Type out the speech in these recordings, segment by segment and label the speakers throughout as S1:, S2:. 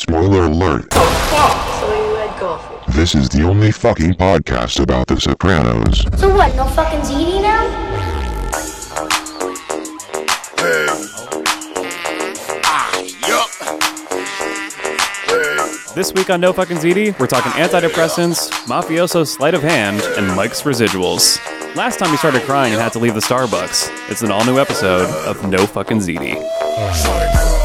S1: Spoiler alert.
S2: So you read Garfield.
S1: This is the only fucking podcast about The Sopranos.
S3: So what, no fucking ZD now?
S4: This week on No Fucking ZD, we're talking antidepressants, mafioso sleight of hand, and Mike's residuals. Last time he started crying and had to leave the Starbucks. It's an all new episode of No Fucking ZD.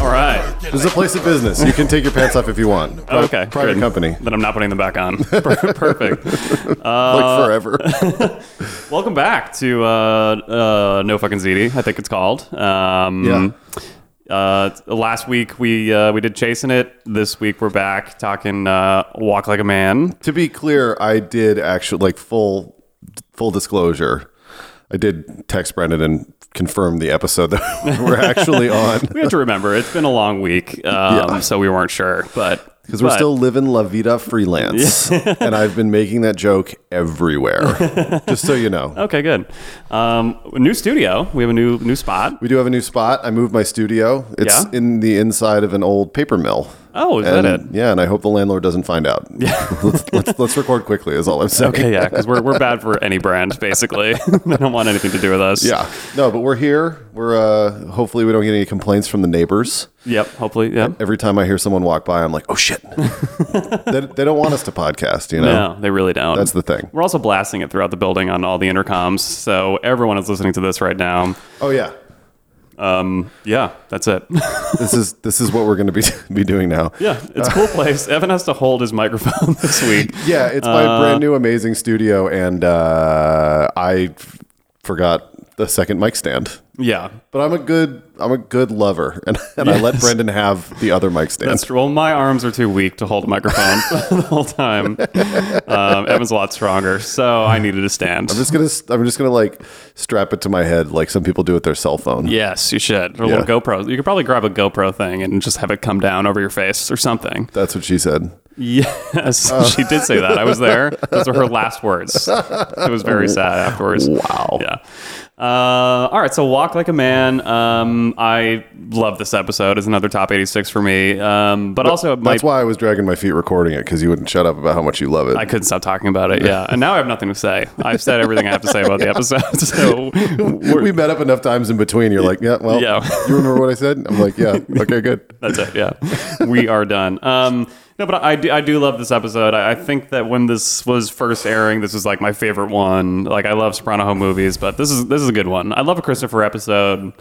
S4: All right.
S5: This is a place of business. You can take your pants off if you want.
S4: Oh, okay.
S5: Private
S4: good.
S5: company.
S4: Then I'm not putting them back on. Per- Perfect. Uh,
S5: like forever.
S4: Welcome back to uh, uh, No Fucking ZD, I think it's called. Um, Uh, last week we uh, we did chasing it. This week we're back talking uh, walk like a man.
S5: to be clear, I did actually like full full disclosure. I did text Brendan and confirm the episode that we're actually on
S4: We had to remember it's been a long week, um,
S5: Yeah.
S4: so we weren't sure, but
S5: because we're
S4: but
S5: still living la vida freelance, and I've been making that joke everywhere. Just so you know,
S4: okay. Good. Um, new studio. We have a new new spot.
S5: we do have a new spot. I moved my studio. It's
S4: Yeah?
S5: in the inside of an old paper mill.
S4: Oh, is
S5: and,
S4: that it?
S5: Yeah, and I hope the landlord doesn't find out. Yeah, let's, let's, let's record quickly. Is all I'm saying.
S4: Okay, yeah, because we're, we're bad for any brand basically. they don't want anything to do with us.
S5: Yeah. No, but we're here. We're uh hopefully we don't get any complaints from the neighbors.
S4: Yep. Hopefully. Yep.
S5: Every time I hear someone walk by, I'm like, "Oh shit." they, they don't want us to podcast, you know.
S4: No, they really don't.
S5: That's the thing.
S4: We're also blasting it throughout the building on all the intercoms, so everyone is listening to this right now.
S5: Oh yeah.
S4: Um, yeah, that's it.
S5: This is this is what we're going to be be doing now.
S4: yeah, it's a cool place. Evan has to hold his microphone this week.
S5: Yeah, it's my brand new amazing studio and uh I f- forgot the second mic stand.
S4: Yeah,
S5: But I'm a good I'm a good lover and, and I let Brendan have the other mic stand.
S4: That's true. Well, my arms are too weak to hold a microphone the whole time. Um, Evan's a lot stronger, so I needed a stand.
S5: I'm just gonna s- I'm just gonna like strap it to my head like some people do with their cell phone.
S4: Yes, you should. Or a
S5: Yeah.
S4: little GoPro. You could probably grab a GoPro thing and just have it come down over your face or something.
S5: That's what she said.
S4: Yes,
S5: Oh.
S4: she did say that. I was there. Those were her last words. It was very sad afterwards.
S5: Wow.
S4: Yeah. Uh, all right. So, Walk Like a Man. Um, I love this episode. It's another top 86 for me. Um, but also, my,
S5: That's why I was dragging my feet recording it because you wouldn't shut up about how much you love it.
S4: I couldn't stop talking about it. Yeah. And now I have nothing to say. I've said everything I have to say about the episode. So, we're,
S5: we met up enough times in between. You're like, yeah, well,
S4: Yeah.
S5: you remember what I said? I'm like, yeah, okay, good.
S4: That's it. Yeah, we are done. Um, no, but I do, I do love this episode. I, I think that when this was first airing, this was like my favorite one. Like I love Soprano home movies, but this is this is a good one. I love a Christopher episode.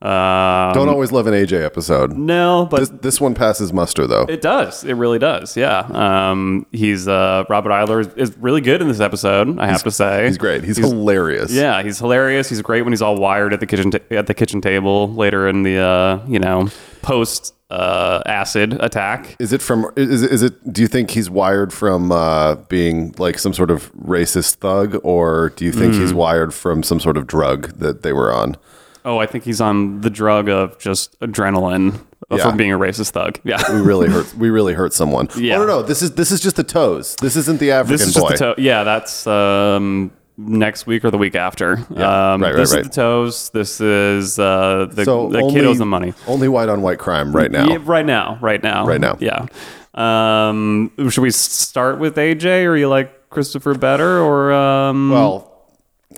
S4: Um,
S5: Don't always love an AJ episode.
S4: no, but
S5: This, this one passes muster though.
S4: Mm. it does. It really does. Yeah. Um, he's uh, Robert Eiler is- is really good in this episode. I have to say
S5: he's great. He's, hilarious.
S4: Yeah, he's hilarious. He's great when he's all wired at the kitchen ta- at the kitchen table later in the uh, you know post uh, acid attack.
S5: Is it from? Is, is it? Do you think he's wired from uh, being like some sort of racist thug, or do you think
S4: Mm.
S5: he's wired from some sort of drug that they were on?
S4: Oh, I think he's on the drug of just adrenaline uh,
S5: Yeah.
S4: from being a racist thug.
S5: We
S4: Yeah.
S5: really hurt. We really hurt someone.
S4: Yeah.
S5: Oh, no, no. This is this is just the toes. This isn't the African
S4: this is
S5: boy.
S4: just the toe. Yeah, that's um, next week or the week after.
S5: Yeah.
S4: Um,
S5: Right, right,
S4: this
S5: right.
S4: is the toes. This is uh, the, the kiddos and money. Mm.
S5: Only white on white crime right now.
S4: Yeah, right now. Right now.
S5: Right now.
S4: Yeah. Um, should we start with AJ or you like Christopher better? Or, um,
S5: Well,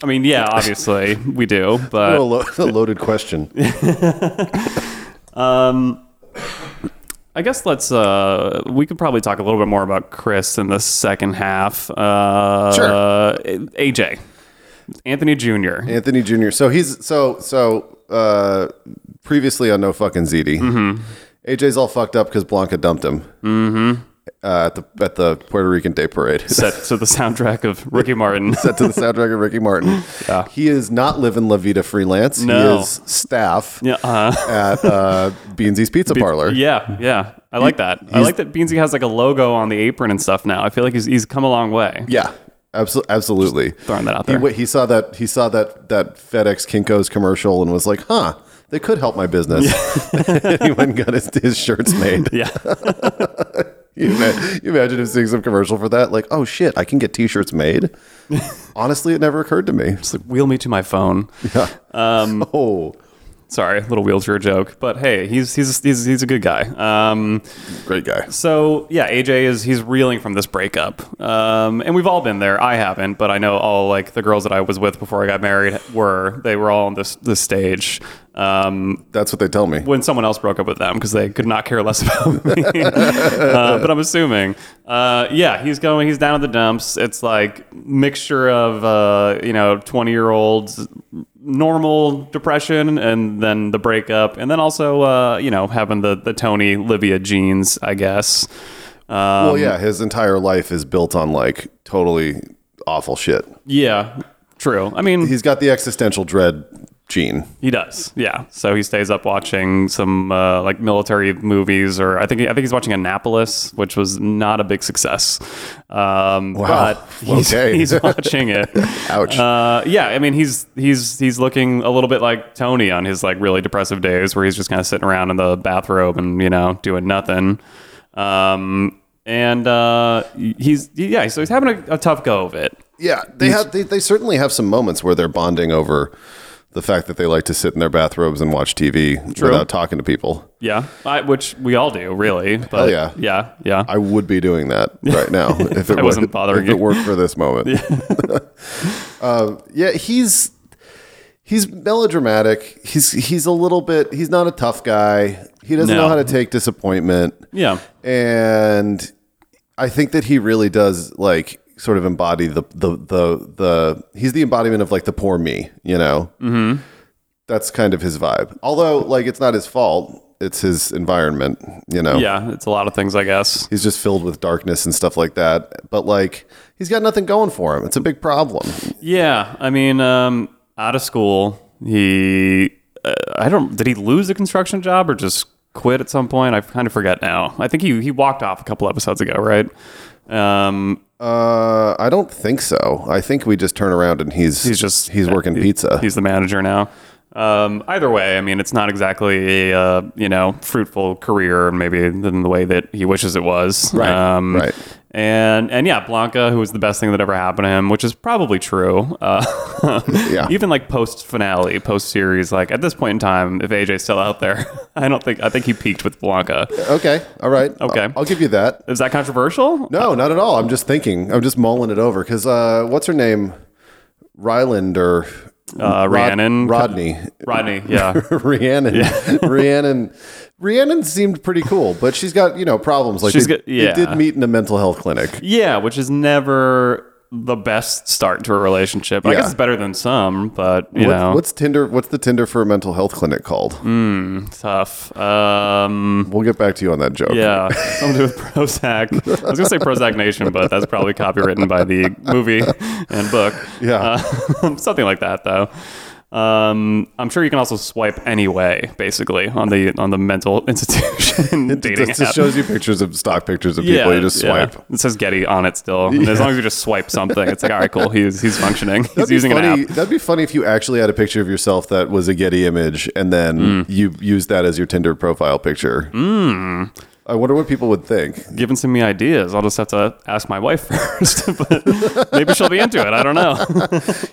S4: I mean, yeah, obviously we do, but.
S5: a, lo- a loaded question.
S4: I guess let's. Uh, we could probably talk a little bit more about Chris in the second half. Uh,
S5: Sure.
S4: AJ, Anthony Jr.
S5: Anthony Jr. So he's so so uh, previously on No Fucking ZD.
S4: Mm-hmm.
S5: AJ's all fucked up because Blanca dumped him mm-hmm. uh, at the at the Puerto Rican Day Parade.
S4: set to the soundtrack of Ricky Martin.
S5: Set to the soundtrack of Ricky Martin. He is not living La Vida freelance.
S4: No.
S5: He is staff
S4: yeah, uh,
S5: at uh, Beansy's Pizza Parlor.
S4: yeah, yeah. I like that. I
S5: he's-
S4: like that Beansy has like a logo on the apron and stuff now. I feel like he's he's come a long way.
S5: Yeah, abso- absolutely.
S4: throwing that out
S5: He
S4: there.
S5: wa- He, saw that he saw that that FedEx Kinkos commercial and was like, "Huh, They could help my business. Anyone got his, his shirts made.
S4: Yeah.
S5: You, ima- you imagine him seeing some commercial for that? Like, oh shit, I can get t-shirts made. Honestly, it never occurred to me. It's like,
S4: Wheel me to my phone. Um,
S5: oh,
S4: Sorry, little wheelchair joke. But hey, he's he's he's he's a good guy. Um,
S5: great guy.
S4: so yeah, AJ is he's reeling from this breakup. Um, and we've all been there. I haven't, but I know all like the girls that I was with before I got married were. They were all on this this stage. Um,
S5: That's what they tell me.
S4: when someone else broke up with them because they could not care less about me. uh, but I'm assuming, uh, yeah, he's going, he's down at the dumps. It's like mixture of uh, you know 20 year olds normal depression and then the breakup and then also uh, you know having the the Tony Livia genes, I guess. Um,
S5: well, yeah, his entire life is built on like totally awful shit.
S4: yeah, true. I mean,
S5: He's got the existential dread gene.
S4: He does, yeah. So he stays up watching some uh, like military movies, or I think I think he's watching Annapolis, which was not a big success. Um,
S5: Wow.
S4: But he's,
S5: Okay.
S4: he's watching it.
S5: Ouch.
S4: Uh, yeah, I mean he's he's he's looking a little bit like Tony on his like really depressive days, where he's just kind of sitting around in the bathrobe and you know doing nothing. Um, and uh, he's yeah, so he's having a, a tough go of it.
S5: Yeah, they have. They, they certainly have some moments where they're bonding over the fact that they like to sit in their bathrobes and watch TV without talking to people.
S4: Yeah, I, which we all do, really. But
S5: Hell yeah.
S4: yeah, yeah.
S5: I would be doing that right now if it
S4: I wasn't bothering
S5: if
S4: you.
S5: it worked for this moment. Yeah, yeah he's he's melodramatic. He's he's a little bit. He's not a tough guy. He doesn't
S4: No.
S5: know how to take disappointment.
S4: yeah.
S5: and I think that he really does like sort of embody the the the the he's the embodiment of like the poor me, you know. Mm-hmm. That's kind of his vibe. Although, like, it's not his fault; it's his environment, you know.
S4: Yeah, it's a lot of things, I guess.
S5: He's just filled with darkness and stuff like that. But like, he's got nothing going for him. It's a big problem.
S4: Yeah, I mean, um, out of school, he uh, I don't did he lose the construction job or just quit at some point? I kind of forget now. I think he he walked off a couple episodes ago, right? Um,
S5: Uh, I don't think so. I think we just turn around and he's
S4: he's just
S5: he's working
S4: he-
S5: pizza.
S4: He's the manager now. Um, either way, I mean, it's not exactly a uh, you know fruitful career, maybe in the way that he wishes it was.
S5: Right,
S4: Um,
S5: right.
S4: And and yeah, Blanca, who was the best thing that ever happened to him, which is probably true. Uh,
S5: Yeah.
S4: Even like post finale, post series, like at this point in time, if AJ's still out there, I don't think I think he peaked with Blanca.
S5: okay, all right,
S4: Okay.
S5: I'll- I'll give you that.
S4: Is that controversial?
S5: No, not at all. I'm just thinking. I'm just mulling it over because uh, what's her name? Ryland or
S4: Uh, Rhiannon.
S5: Rodney.
S4: Rodney, yeah.
S5: Rhiannon. Rhiannon. Rhiannon seemed pretty cool, but she's got you know problems. Like
S4: She's
S5: they,
S4: got- yeah.
S5: they did meet in a mental health clinic.
S4: Yeah, which is never the best start to a relationship. I
S5: Yeah.
S4: guess it's better than some, but you
S5: What-
S4: know, Mm.
S5: What's Tinder? What's the Tinder for a mental health clinic called?
S4: tough. Um,
S5: We'll get back to you on that joke.
S4: yeah, something to do with Prozac. I was gonna say Prozac Nation, but that's probably copywritten by the movie and book.
S5: Yeah.
S4: Uh, something like that though. Um, I'm sure you can also swipe anyway, basically on the on the mental institution dating
S5: This just
S4: app.
S5: shows you pictures of stock pictures of people. you just
S4: yeah.
S5: swipe.
S4: It says Getty on it still. And As long as you just swipe something, it's like all right, cool. He's he's functioning.
S5: That'd
S4: he's
S5: be
S4: using an
S5: funny.
S4: app.
S5: That'd be funny if you actually had a picture of yourself that was a Getty image, and then
S4: Mm.
S5: you used that as your Tinder profile picture.
S4: Mm.
S5: I wonder what people would think.
S4: given some me ideas. I'll just have to ask my wife first, but maybe she'll be into it. I don't know.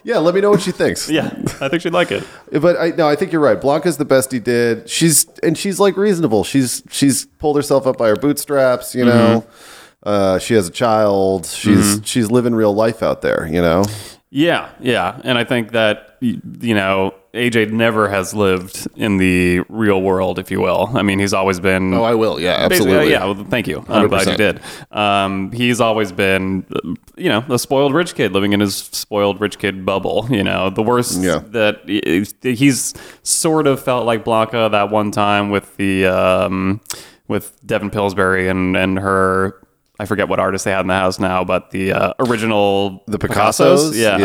S5: Yeah, let me know what she thinks.
S4: yeah, I think she'd like it.
S5: But I no, I think you're right. Blanca's the best he did. She's and she's like reasonable. She's she's pulled herself up by her bootstraps, you know.
S4: Mm-hmm.
S5: Uh, she has a child. She's she's living real life out there, you know.
S4: Yeah, yeah, and I think that y- you know AJ never has lived in the real world, if you will. I mean, he's always been.
S5: I will. Yeah,
S4: Basically, uh, yeah, well, thank you. I'm glad you
S5: 100%.
S4: did. Um, he's always been, uh, you know, a spoiled rich kid living in his spoiled rich kid bubble. You know, the worst
S5: Yeah.
S4: that he- he's sort of felt like Blanca that one time with the um, with Devin Pillsbury and and her. I forget what artist they had in the house now, but the uh, original
S5: The Picassos?
S4: yeah,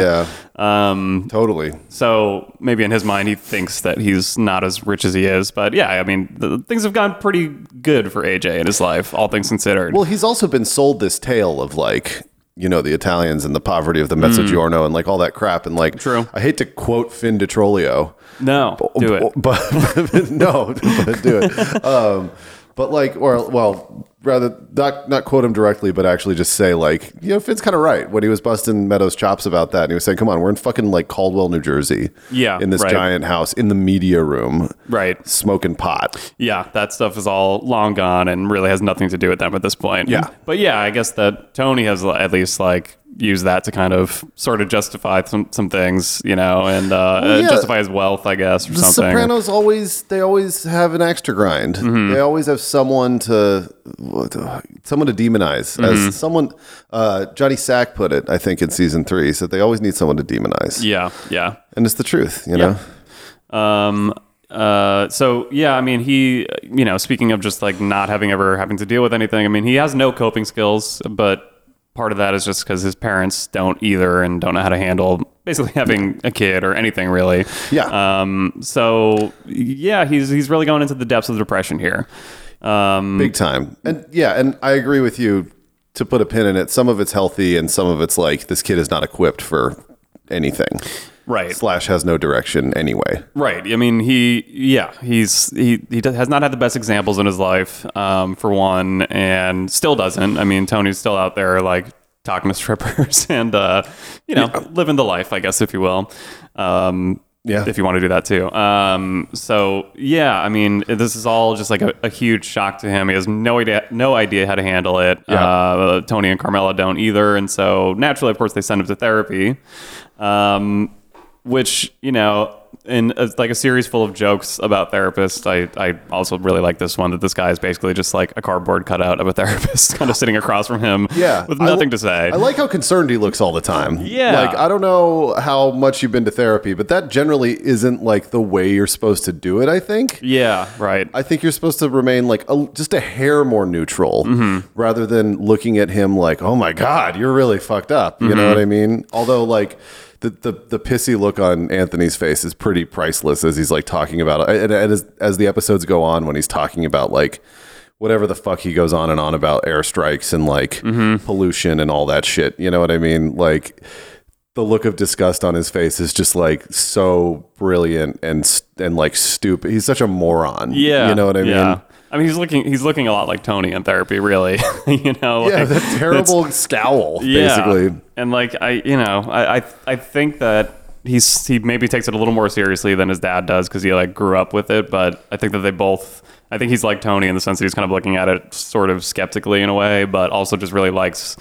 S4: yeah. Um,
S5: Totally.
S4: so maybe in his mind, he thinks that he's not as rich as he is. But yeah, I mean, the, things have gone pretty good for AJ in his life, all things considered.
S5: Well, he's also been sold this tale of like you know the Italians and the poverty of the Mezzogiorno and like all that crap and like
S4: Mm. True.
S5: I hate to quote Finn DiTrolio,
S4: No,
S5: oh,
S4: do it.
S5: but, but no, but do it. Um, but like, or well, rather not not quote him directly, but actually just say like, you know, Finn's kind of right when he was busting Meadows' chops about that, and he was saying, "Come on, we're in fucking like Caldwell, New Jersey,
S4: Yeah,
S5: in this
S4: right.
S5: giant house in the media room,
S4: Right.
S5: smoking pot."
S4: Yeah, that stuff is all long gone and really has nothing to do with them at this point.
S5: Yeah.
S4: But yeah, I guess that Tony has l- at least like used that to kind of sort of justify some, some things, you know, and uh,
S5: Well, yeah.
S4: uh, justify his wealth, I guess, or
S5: The
S4: something.
S5: Sopranos always they always have an extra grind.
S4: Mm-hmm.
S5: They always have someone to what the- someone to demonize.
S4: Mm-hmm.
S5: As someone uh, Johnny Sack put it, I think in season three, he said they always need someone to demonize.
S4: Yeah, yeah.
S5: and it's the truth, you know.
S4: Um, uh, so yeah, I mean, he, you know, speaking of just like not having ever having to deal with anything, I mean, he has no coping skills, but part of that is just because his parents don't either and don't know how to handle basically having a kid or anything really.
S5: Yeah.
S4: Um, so yeah, he's, he's really going into the depths of depression here. Um,
S5: big time. And yeah, and I agree with you to put a pin in it. Some of it's healthy, and some of it's like this kid is not equipped for anything.
S4: right.
S5: Slash has no direction anyway.
S4: Right. I mean, he, yeah, he's, he, he does- has not had the best examples in his life, um, for one, and still doesn't. I mean, Tony's still out there, like, talking to strippers and, uh, you know, living the life, I guess, if you will. Um,
S5: Yeah.
S4: If you want to do that too. Um, so yeah, I mean, this is all just like a, a huge shock to him. He has no idea, no idea how to handle it. Uh, Tony and Carmela don't either, and so naturally, of course, they send him to therapy. Um, which you know in a, like a series full of jokes about therapists I, I also really like this one that this guy is basically just like a cardboard cutout of a therapist kind of sitting across from him
S5: Yeah,
S4: with
S5: I
S4: nothing
S5: li-
S4: to say
S5: I like how concerned he looks all the time.
S4: Yeah.
S5: like I don't know how much you've been to therapy, but that generally isn't like the way you're supposed to do it. I think.
S4: yeah right
S5: I think you're supposed to remain like a, just a hair more neutral rather than looking at him like, oh my God, you're really fucked up. You know what I mean? Although, like, the, the, the pissy look on Anthony's face is pretty priceless as he's like talking about it. And, and as, as the episodes go on, when he's talking about like whatever the fuck he goes on and on about airstrikes and like
S4: Mm-hmm.
S5: pollution and all that shit. You know what I mean? Like, the look of disgust on his face is just like so brilliant and s- and like stupid. He's such a moron.
S4: yeah
S5: you know what I
S4: yeah.
S5: mean.
S4: I mean he's looking he's looking a lot like Tony in therapy really you know
S5: Yeah,
S4: like,
S5: that
S4: it's-
S5: terrible scowl,
S4: Yeah.
S5: basically.
S4: And like I, you know, I I, I think that he's he maybe takes it a little more seriously than his dad does because he like grew up with it. But I think that they both. I think he's like Tony in the sense that he's kind of looking at it sort of skeptically in a way, but also just really likes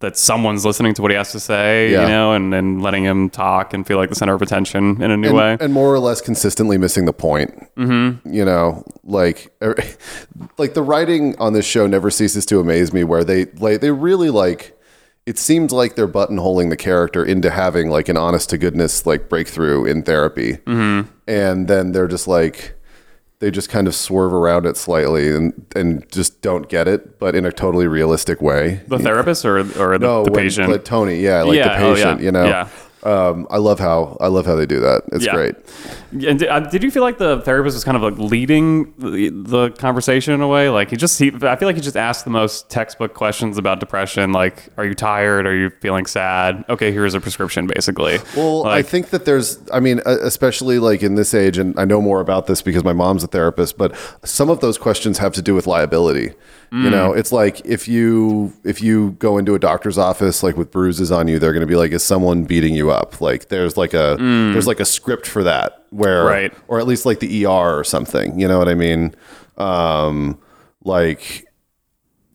S4: that someone's listening to what he has to say,
S5: Yeah.
S4: you know, and, and letting him talk and feel like the center of attention in a new
S5: And,
S4: way.
S5: and more or less consistently missing the point. Mm-hmm. You know, like er- like the writing on this show never ceases to amaze me. Where they like they really like it seems like they're buttonholing the character into having like an honest to goodness like breakthrough in therapy, mm-hmm. and then they're just like. they just kind of swerve around it slightly and and just don't get it, but in a totally realistic way. Oh,
S4: the therapist or or the, the
S5: when-
S4: patient.
S5: but Tony, yeah, like
S4: Yeah,
S5: the
S4: oh,
S5: patient,
S4: yeah,
S5: you know.
S4: yeah.
S5: Um, I love how I love how they do that. It's
S4: Yeah.
S5: great.
S4: Yeah, And did, uh, did you feel like the therapist was kind of like leading the, the conversation in a way? Like he just, he, I feel like he just asked the most textbook questions about depression. Like, are you tired? Are you feeling sad? Okay, here's a prescription, basically.
S5: Well,
S4: Like,
S5: I think that there's, I mean, uh, especially like in this age, and I know more about this because my mom's a therapist, but some of those questions have to do with liability. You know,
S4: Mm.
S5: it's like if you if you go into a doctor's office like with bruises on you, they're going to be like, "Is someone beating you up?" Like there's like a there's like a script for that, where
S4: Mm. Right.
S5: or at least like the ER or something. You know what I mean? Um, like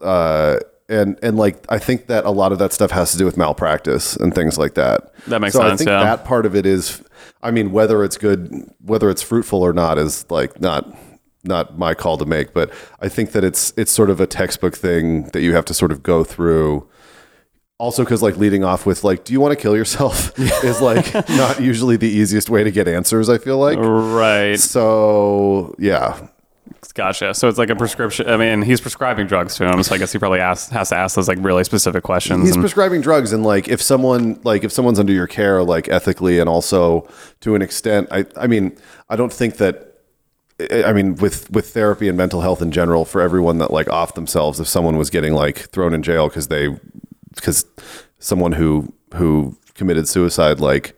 S5: uh, and and like I think that a lot of that stuff has to do with malpractice and things like that.
S4: That makes
S5: so I
S4: sense,
S5: think
S4: yeah.
S5: that part of it is, I mean, whether it's good, whether it's fruitful or not, is like not not my call to make. But I think that it's it's sort of a textbook thing that you have to sort of go through. Also, because like leading off with like, do you want to kill yourself? is like not usually the easiest way to get answers. I feel like.
S4: right.
S5: So yeah,
S4: Gotcha. So it's like a prescription. I mean, he's prescribing drugs to him. So I guess he probably asked, has to ask those like really specific questions.
S5: he's
S4: and-
S5: prescribing drugs and like if someone like if someone's under your care like ethically and also to an extent i i mean i don't think that eh, I- i mean with with therapy and mental health in general for everyone that like off themselves if someone was getting like thrown in jail because they because someone who who committed suicide like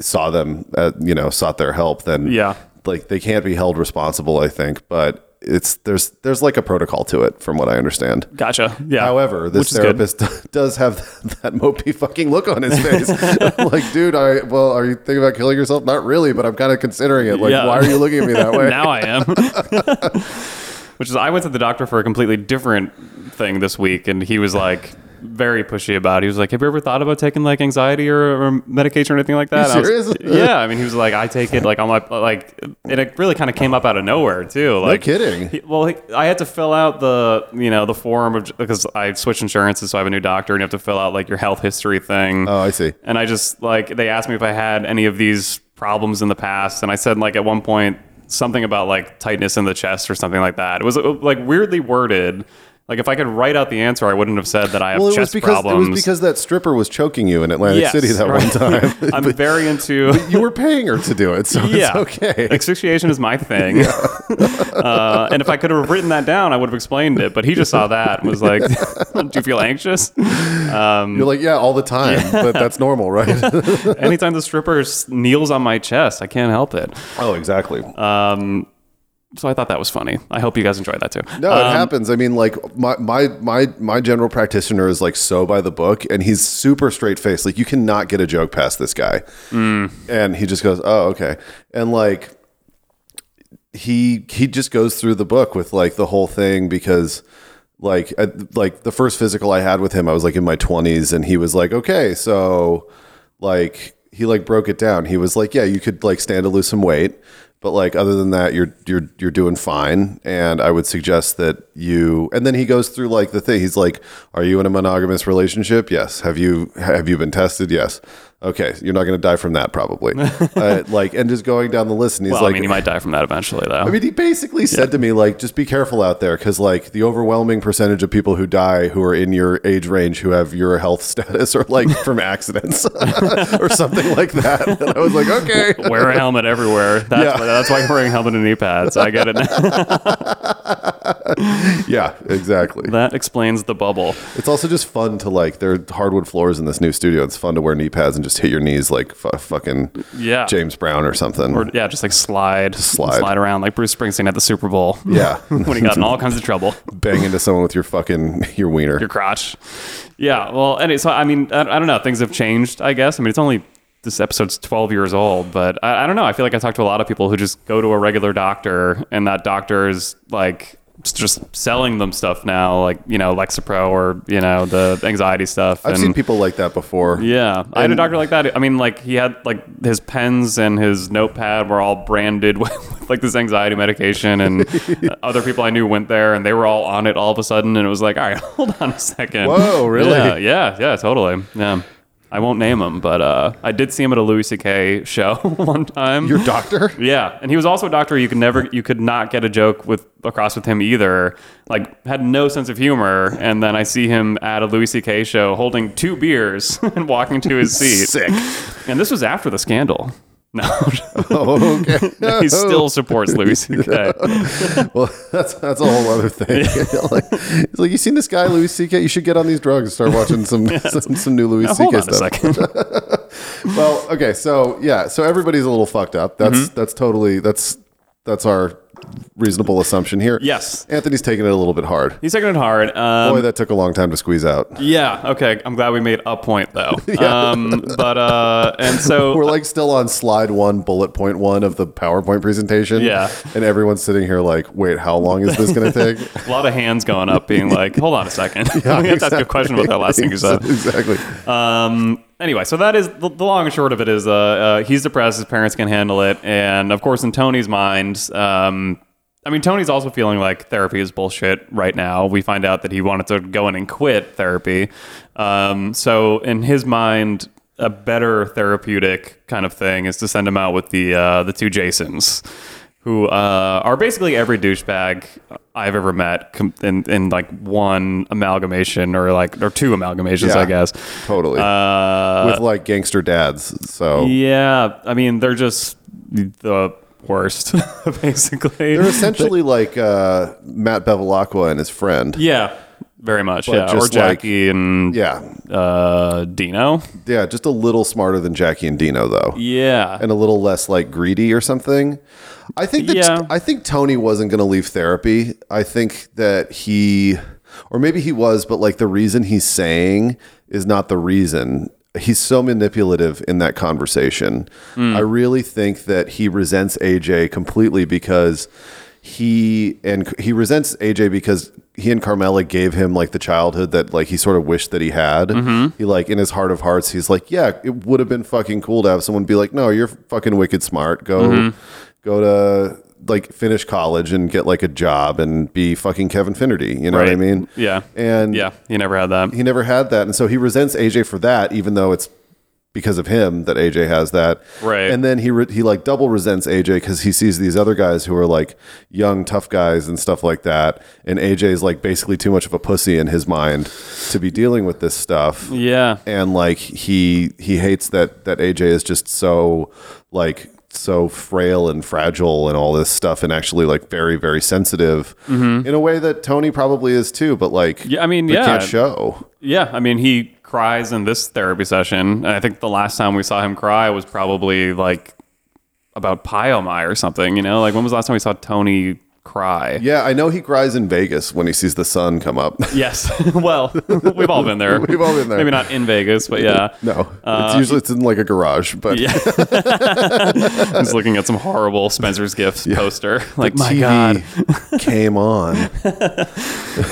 S5: saw them, uh, you know, sought their help, then
S4: Yeah.
S5: like they can't be held responsible. I think, but it's there's there's like a protocol to it, from what I understand.
S4: Gotcha. Yeah.
S5: However, this
S4: Which is good.
S5: therapist does have that mopey fucking look on his face. I'm like, dude, I well, are you thinking about killing yourself? Not really, but I'm kind of considering it. Like,
S4: Yeah.
S5: why are you looking at me that way?
S4: now I am. Which is, I went to the doctor for a completely different thing this week, and he was like very pushy about. it. He was like, "Have you ever thought about taking like anxiety or, or medication or anything like that?"
S5: You
S4: And I was-
S5: serious?
S4: yeah, I mean, he was like, "I take it like on my like," and it really kind of came up out of nowhere too. Like,
S5: kidding.
S4: he- well, he- I had to fill out the you know the form of because I switched insurances, so I have a new doctor, and you have to fill out like your health history thing.
S5: oh, I see.
S4: And I just like they asked me if I had any of these problems in the past, and I said like at one point something about like tightness in the chest or something like that. It was uh, like weirdly worded. Like if I could write out the answer, I wouldn't have said that I have
S5: Well, it was
S4: chest
S5: because
S4: problems.
S5: it was because that stripper was choking you in Atlantic
S4: Yes,
S5: City that
S4: right.
S5: one time.
S4: I'm very into.
S5: you were paying her to do it, so
S4: Yeah.
S5: it's okay.
S4: Asphyxiation is my thing. uh, and if I could have written that down, I would have explained it. But he just saw that and was like, Do you feel anxious?
S5: You're like, yeah, all the time, but that's normal, right?
S4: Anytime the stripper s- kneels on my chest, I can't help it.
S5: oh, exactly.
S4: So I thought that was funny. I hope you guys enjoyed that too. Uh,
S5: No, it happens. I mean, like my my my my general practitioner is like so by the book, and he's super straight faced. Like you cannot get a joke past this guy, and he just goes, "Oh, okay," and like he he just goes through the book with like the whole thing because like at, like the first physical I had with him, I was like in my twenties, and he was like, "Okay, so like." He like broke it down. He was like, "Yeah, you could like stand to lose some weight, but like other than that you're you're you're doing fine and i would suggest that you and then he goes through like the thing he's like are you in a monogamous relationship yes have you have you been tested yes okay you're not going to die from that probably uh, like and just going down the list and he's
S4: Well,
S5: like
S4: I mean, you might die from that eventually, though.
S5: I mean, he basically said to me, like, just be careful out there because, like, the overwhelming percentage of people who die who are in your age range who have your health status are like from accidents or something like that. And I was like, okay.
S4: Wear a helmet everywhere. That's,
S5: Yeah.
S4: why, that's why I'm wearing a helmet and knee pads. I get it. now.
S5: Yeah, exactly.
S4: that explains the bubble.
S5: It's also just fun to like. There are hardwood floors in this new studio. It's fun to wear knee pads and just hit your knees like f- fucking
S4: Yeah.
S5: James Brown or something.
S4: Or, yeah, just like slide,
S5: slide.
S4: around like Bruce Springsteen at the Super Bowl.
S5: yeah,
S4: when he got in all kinds of trouble.
S5: bang into someone with your fucking your wiener.
S4: Your crotch. Yeah. Well, and so I mean, I, I don't know. Things have changed, I guess. I mean, it's only this episode's 12 years old, but I, I don't know. I feel like I talk to a lot of people who just go to a regular doctor, and that doctor is like s- just selling them stuff now, like you know, Lexapro or you know, the anxiety stuff.
S5: I've
S4: and,
S5: seen people like that before.
S4: Yeah, I had a doctor like that. I mean, like he had like his pens and his notepad were all branded with like this anxiety medication, and other people I knew went there, and they were all on it all of a sudden, and it was like, all right, hold on a second.
S5: Whoa, really?
S4: Yeah, yeah, yeah, totally. Yeah, I won't name him, but uh, I did see him at a Louis C.K. show one time.
S5: Your doctor?
S4: Yeah, and he was also a doctor. You could never, you could not get a joke with across with him either. Like, had no sense of humor. And then I see him at a Louis C.K. show holding two beers and walking to his seat.
S5: Sick.
S4: And this was after the scandal. No,
S5: Oh, okay.
S4: he still supports Louis C.K.
S5: well, that's that's a whole other thing. like, it's like you seen this guy Louis C.K. You should get on these drugs and start watching some some, some new Louis
S4: Now, hold
S5: C.K.
S4: on a
S5: stuff.
S4: second.
S5: Well, okay, so yeah, so everybody's a little fucked up. That's
S4: Mm-hmm.
S5: that's totally that's that's our reasonable assumption here.
S4: Yes.
S5: Anthony's taking it a little bit hard.
S4: He's taking it hard. Um,
S5: Boy, that took a long time to squeeze out.
S4: yeah. Okay. I'm glad we made a point though. Um, but uh, and so
S5: We're like still on slide one, bullet point one of the PowerPoint presentation.
S4: Yeah.
S5: And everyone's sitting here like, wait, how long is this going to take?
S4: a lot of hands going up, being like, "Hold on a second. we have to ask you a question about that last thing you said."
S5: exactly.
S4: Um, anyway, so that is the, the long and short of it is uh, uh, he's depressed. His parents can handle it, and of course, in Tony's mind, um, I mean, Tony's also feeling like therapy is bullshit right now. We find out that he wanted to go in and quit therapy. Um, so in his mind, a better therapeutic kind of thing is to send him out with the uh, the two Jasons. Who uh, are basically every douchebag I've ever met com- in, in like one amalgamation or like or two amalgamations,
S5: Yeah.
S4: I guess.
S5: Totally.
S4: Uh,
S5: With like gangster dads. So
S4: yeah, I mean they're just the worst, basically.
S5: they're essentially like uh, Matt Bevilacqua and his friend.
S4: yeah, very much.
S5: But
S4: Yeah, or
S5: just like-
S4: Jackie and
S5: Yeah.
S4: uh, Dino.
S5: Yeah. Just a little smarter than Jackie and Dino, though.
S4: Yeah,
S5: and a little less like greedy or something. I think that
S4: Yeah.
S5: I think Tony wasn't going to leave therapy. I think that he or maybe he was, but like the reason he's saying is not the reason. He's so manipulative in that conversation. I really think that he resents AJ completely because he and he resents AJ because he and Carmela gave him like the childhood that like he sort of wished that he had. He like in his heart of hearts, he's like, yeah, it would have been fucking cool to have someone be like, no, you're fucking wicked smart. Go, go to like finish college and get like a job and be fucking Kevin Finnerty. You know what I
S4: Right.
S5: mean?
S4: Yeah.
S5: And
S4: yeah. He never had that.
S5: he never had that, and so he resents AJ for that, even though it's because of him that AJ has that.
S4: Right.
S5: And then he re- he like double resents AJ because he sees these other guys who are like young, tough guys and stuff like that, and AJ is like basically too much of a pussy in his mind to be dealing with this stuff.
S4: Yeah.
S5: And like he he hates that that AJ is just so like so frail and fragile and all this stuff and actually like very very sensitive in a way that Tony probably is too but like
S4: Mm-hmm. Yeah, I mean,
S5: they
S4: yeah.
S5: can't show
S4: Yeah, I mean, he cries in this therapy session. And I think the last time we saw him cry was probably like about Pyomai or something, you know? Like, when was the last time we saw Tony cry?
S5: Yeah, I know he cries in Vegas when he sees the sun come up.
S4: Yes. well, we've all been there.
S5: We've all been there.
S4: Maybe not in Vegas, but yeah. Uh,
S5: no, it's usually it's in like a garage, but
S4: Yeah. Just looking at some horrible Spencer's Gifts poster. Like, my
S5: TV
S4: God.
S5: came on.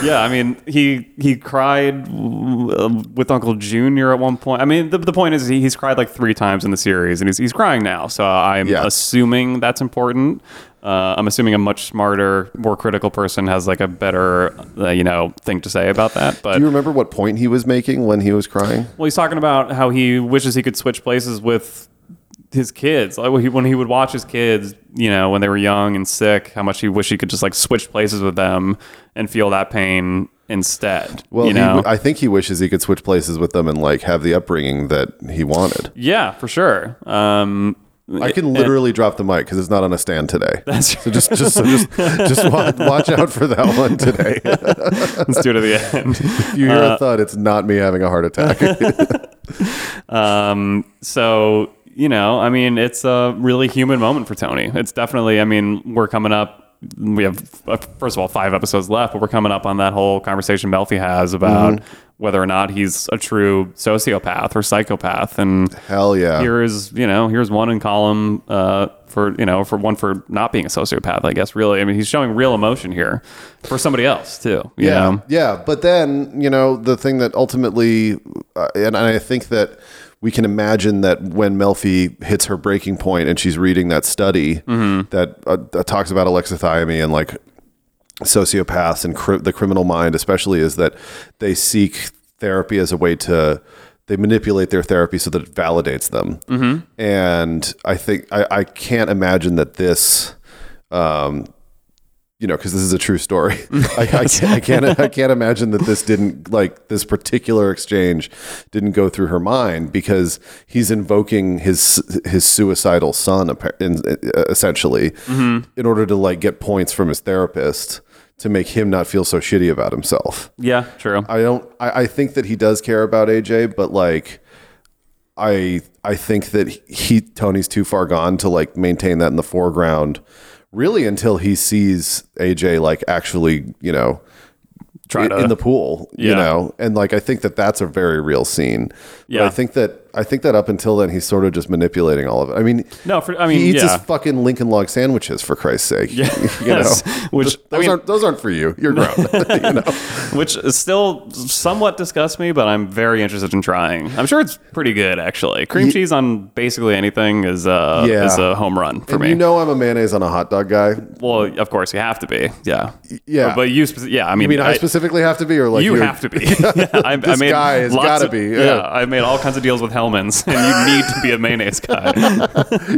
S4: yeah, I mean, he he cried uh, with Uncle Junior at one point. I mean, the, the point is he, he's cried like three times in the series, and he's he's crying now. So I'm
S5: Yeah.
S4: assuming that's important. Uh, I'm assuming a much smarter, more critical person has like a better, uh, you know, thing to say about that. But
S5: Do you remember what point he was making when he was crying?
S4: well, he's talking about how he wishes he could switch places with his kids. Like when he, when he would watch his kids, you know, when they were young and sick, how much he wished he could just like switch places with them and feel that pain instead.
S5: Well,
S4: you know?
S5: he, I think he wishes he could switch places with them and like have the upbringing that he wanted.
S4: Yeah, for sure. Um,
S5: I can literally drop the mic because it's not on a stand today.
S4: that's
S5: so just, just, so just, just wa- watch out for that one today. if
S4: let's do it at the end.
S5: you hear a thud, it's not me having a heart attack.
S4: Um, so you know, I mean, it's a really human moment for Tony. It's definitely. I mean, we're coming up. We have uh, first of all five episodes left, but we're coming up on that whole conversation Melfi has about
S5: Mm-hmm.
S4: whether or not he's a true sociopath or psychopath, and
S5: Hell yeah!
S4: here's you know here's one in column uh, for you know for one for not being a sociopath i guess really i mean he's showing real emotion here for somebody else too you
S5: yeah,
S4: know?
S5: yeah. But then you know the thing that ultimately, uh, and I think that we can imagine that when Melfi hits her breaking point and she's reading that study
S4: Mm-hmm.
S5: that uh, that talks about alexithymia and like sociopaths and cri- the criminal mind, especially, is that they seek therapy as a way to they manipulate their therapy so that it validates them.
S4: Mm-hmm.
S5: And I think I, I can't imagine that this you know, because this is a true story. I, I, can't, I can't, I can't imagine that this didn't like this particular exchange didn't go through her mind because he's invoking his his suicidal son appa- in, essentially in order to like get points from his therapist to make him not feel so shitty about himself.
S4: yeah true
S5: I don't. I, I think that he does care about AJ, but like, I I think that he Tony's too far gone to like maintain that in the foreground, really until he sees AJ like actually, you know,
S4: Try
S5: in,
S4: to-
S5: in the pool, you
S4: Yeah.
S5: know, and like I think that that's a very real scene. But
S4: Yeah.
S5: I think that I think that up until then he's sort of just manipulating all of it. I mean,
S4: No, for- I mean,
S5: he eats
S4: yeah.
S5: his fucking Lincoln Log sandwiches for Christ's sake. Yeah, you know,
S4: Yes. Which,
S5: those,
S4: I mean-
S5: aren't those aren't for you. You're grown. you know.
S4: which is still somewhat disgusts me, but I'm very interested in trying. I'm sure it's pretty good actually. Cream cheese on basically anything is uh
S5: Yeah.
S4: is a home run for
S5: And
S4: me.
S5: You know I'm a mayonnaise on a hot dog guy.
S4: well, of course you have to be. Yeah.
S5: yeah.
S4: But, you spec- yeah, I mean,
S5: I mean, I,
S4: I-
S5: specifically have to be, or like
S4: you
S5: you're-
S4: have to be. Yeah, I,
S5: This guy has
S4: lots
S5: gotta
S4: of-
S5: be,
S4: Yeah.
S5: yeah.
S4: I made all kinds of deals with Hellman's, and you need to be a mayonnaise guy.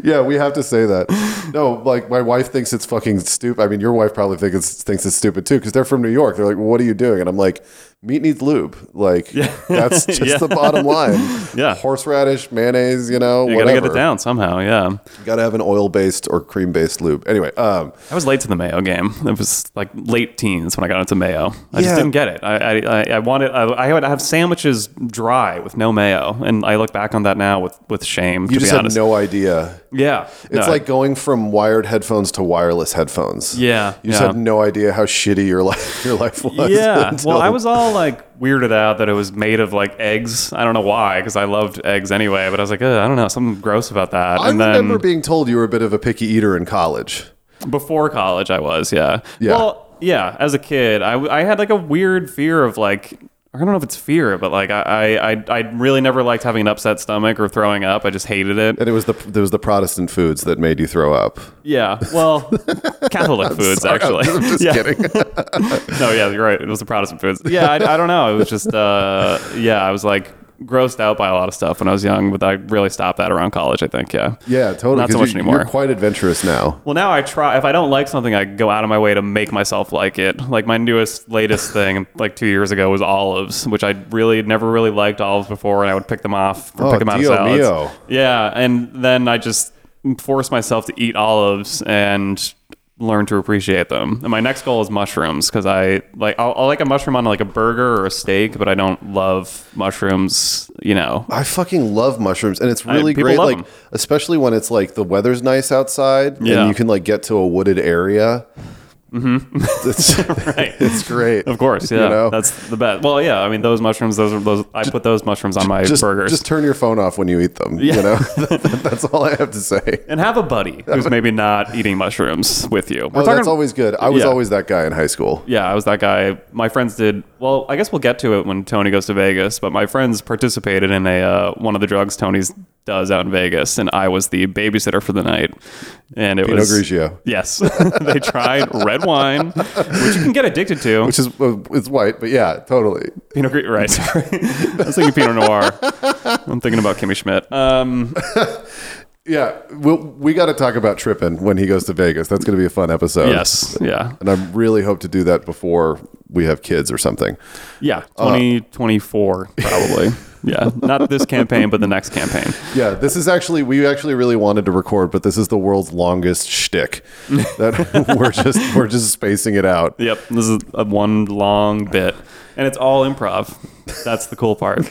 S5: Yeah, we have to say that. No, like my wife thinks it's fucking stupid. I mean, your wife probably thinks it's, thinks it's stupid too because they're from New York. They're like, well, "What are you doing?" And I'm like, meat needs lube. Like that's just
S4: Yeah.
S5: the bottom line.
S4: Yeah.
S5: horseradish mayonnaise. You know,
S4: You gotta
S5: whatever.
S4: get it down somehow. Yeah,
S5: You gotta have an oil based or cream based lube. Anyway, um,
S4: I was late to the Mayo game. It was like late teens when I got into Mayo. I
S5: Yeah.
S4: just didn't get it. I I, I, I wanted. I, I would have sandwiches dry with no Mayo, and I look back on that now with with shame.
S5: you
S4: to
S5: just
S4: be
S5: have
S4: honest.
S5: no idea.
S4: Yeah,
S5: It's
S4: No,
S5: like going from wired headphones to wireless headphones.
S4: Yeah,
S5: you just
S4: yeah.
S5: had no idea how shitty your life your life was.
S4: Yeah.
S5: until-
S4: Well, I was all like weirded out that it was made of like eggs. I don't know why, because I loved eggs anyway. But I was like, "Ugh, I don't know, something gross about that.
S5: I
S4: and
S5: remember
S4: then
S5: being told you were a bit of a picky eater in college.
S4: before college, I was. Yeah.
S5: Yeah.
S4: Well, yeah. As a kid, I, w- I had like a weird fear of like. I don't know if it's fear, but like I, I, I, I really never liked having an upset stomach or throwing up. I just hated it.
S5: And it was the there was the Protestant foods that made you throw up.
S4: Yeah. Well, Catholic foods, actually.
S5: I'm just
S4: yeah.
S5: kidding.
S4: no, yeah, you're right. It was the Protestant foods. Yeah, I, I don't know. It was just, uh, yeah, I was like grossed out by a lot of stuff when I was young, but I really stopped that around college. I think, yeah,
S5: yeah, totally.
S4: Not
S5: 'cause
S4: so much
S5: you-
S4: anymore.
S5: You're quite adventurous now.
S4: well, now I try. If I don't like something, I go out of my way to make myself like it. Like my newest, latest thing, like two years ago, was olives, which I really never really liked olives before, and I would pick them off or
S5: Oh,
S4: pick them out of
S5: Dio
S4: salads.
S5: mio.
S4: Yeah, and then I just forced myself to eat olives and learn to appreciate them. And my next goal is mushrooms because I like I'll, I'll like a mushroom on like a burger or a steak, but I don't love mushrooms. You know,
S5: I fucking love mushrooms, and it's really
S4: people
S5: great.
S4: love
S5: Like,
S4: them.
S5: especially when it's like the weather's nice outside,
S4: Yeah.
S5: and you can like get to a wooded area. Mm-hmm. It's,
S4: Right.
S5: it's great.
S4: of course, yeah,
S5: know?
S4: that's the best. Well, yeah, I mean those mushrooms, those are those. I put those mushrooms on my
S5: Just,
S4: burgers.
S5: just turn your phone off when you eat them. You know, that's all I have to say.
S4: and have a buddy who's maybe not eating mushrooms with you. We're
S5: Oh, that's always good. I was
S4: Yeah.
S5: always that guy in high school.
S4: yeah, I was that guy. My friends did. Well, I guess we'll get to it when Tony goes to Vegas. But my friends participated in a uh, one of the drugs Tony's does out in Vegas, and I was the babysitter for the night. And it
S5: Pinot
S4: was
S5: Grigio.
S4: Yes, they tried red wine, which you can get addicted to.
S5: Which is uh, it's white, but yeah, totally.
S4: Pinot Grigio, right? Sorry, I was thinking Pinot Noir. I'm thinking about Kimmy Schmidt. Um,
S5: Yeah, we, we got to talk about tripping when he goes to Vegas. That's going to be a fun episode.
S4: yes, yeah,
S5: and I really hope to do that before we have kids or something.
S4: yeah. 2024 probably. Yeah, not this campaign, but the next campaign.
S5: Yeah, this is actually we actually really wanted to record, but this is the world's longest shtick that we're just we're just spacing it out.
S4: Yep, this is a one long bit, and it's all improv. That's the cool part.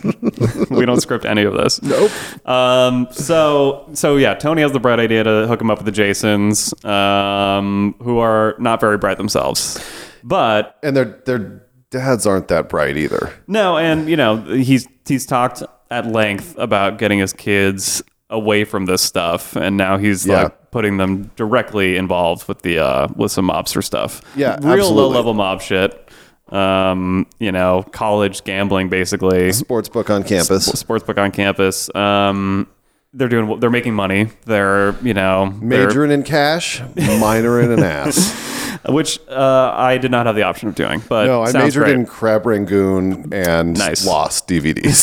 S4: we don't script any of this. Nope. Um, so, so yeah, Tony has the bright idea to hook him up with the Jasons, um, who are not very bright themselves. But
S5: And their their dads aren't that bright either.
S4: no, and you know he's he's talked at length about getting his kids away from this stuff, and now he's
S5: Yeah.
S4: like putting them directly involved with the uh, with some mobster stuff.
S5: Yeah,
S4: real
S5: absolutely.
S4: low level mob shit. Um, you know, college gambling basically,
S5: Sports book on campus.
S4: sportsbook on campus. Um, they're doing they're making money. They're you know they're-
S5: Majoring in cash, minoring in ass.
S4: which uh, I did not have the option of doing. But
S5: No, I
S4: sounds
S5: majored
S4: great.
S5: in Crab Rangoon and
S4: Nice.
S5: Lost DVDs,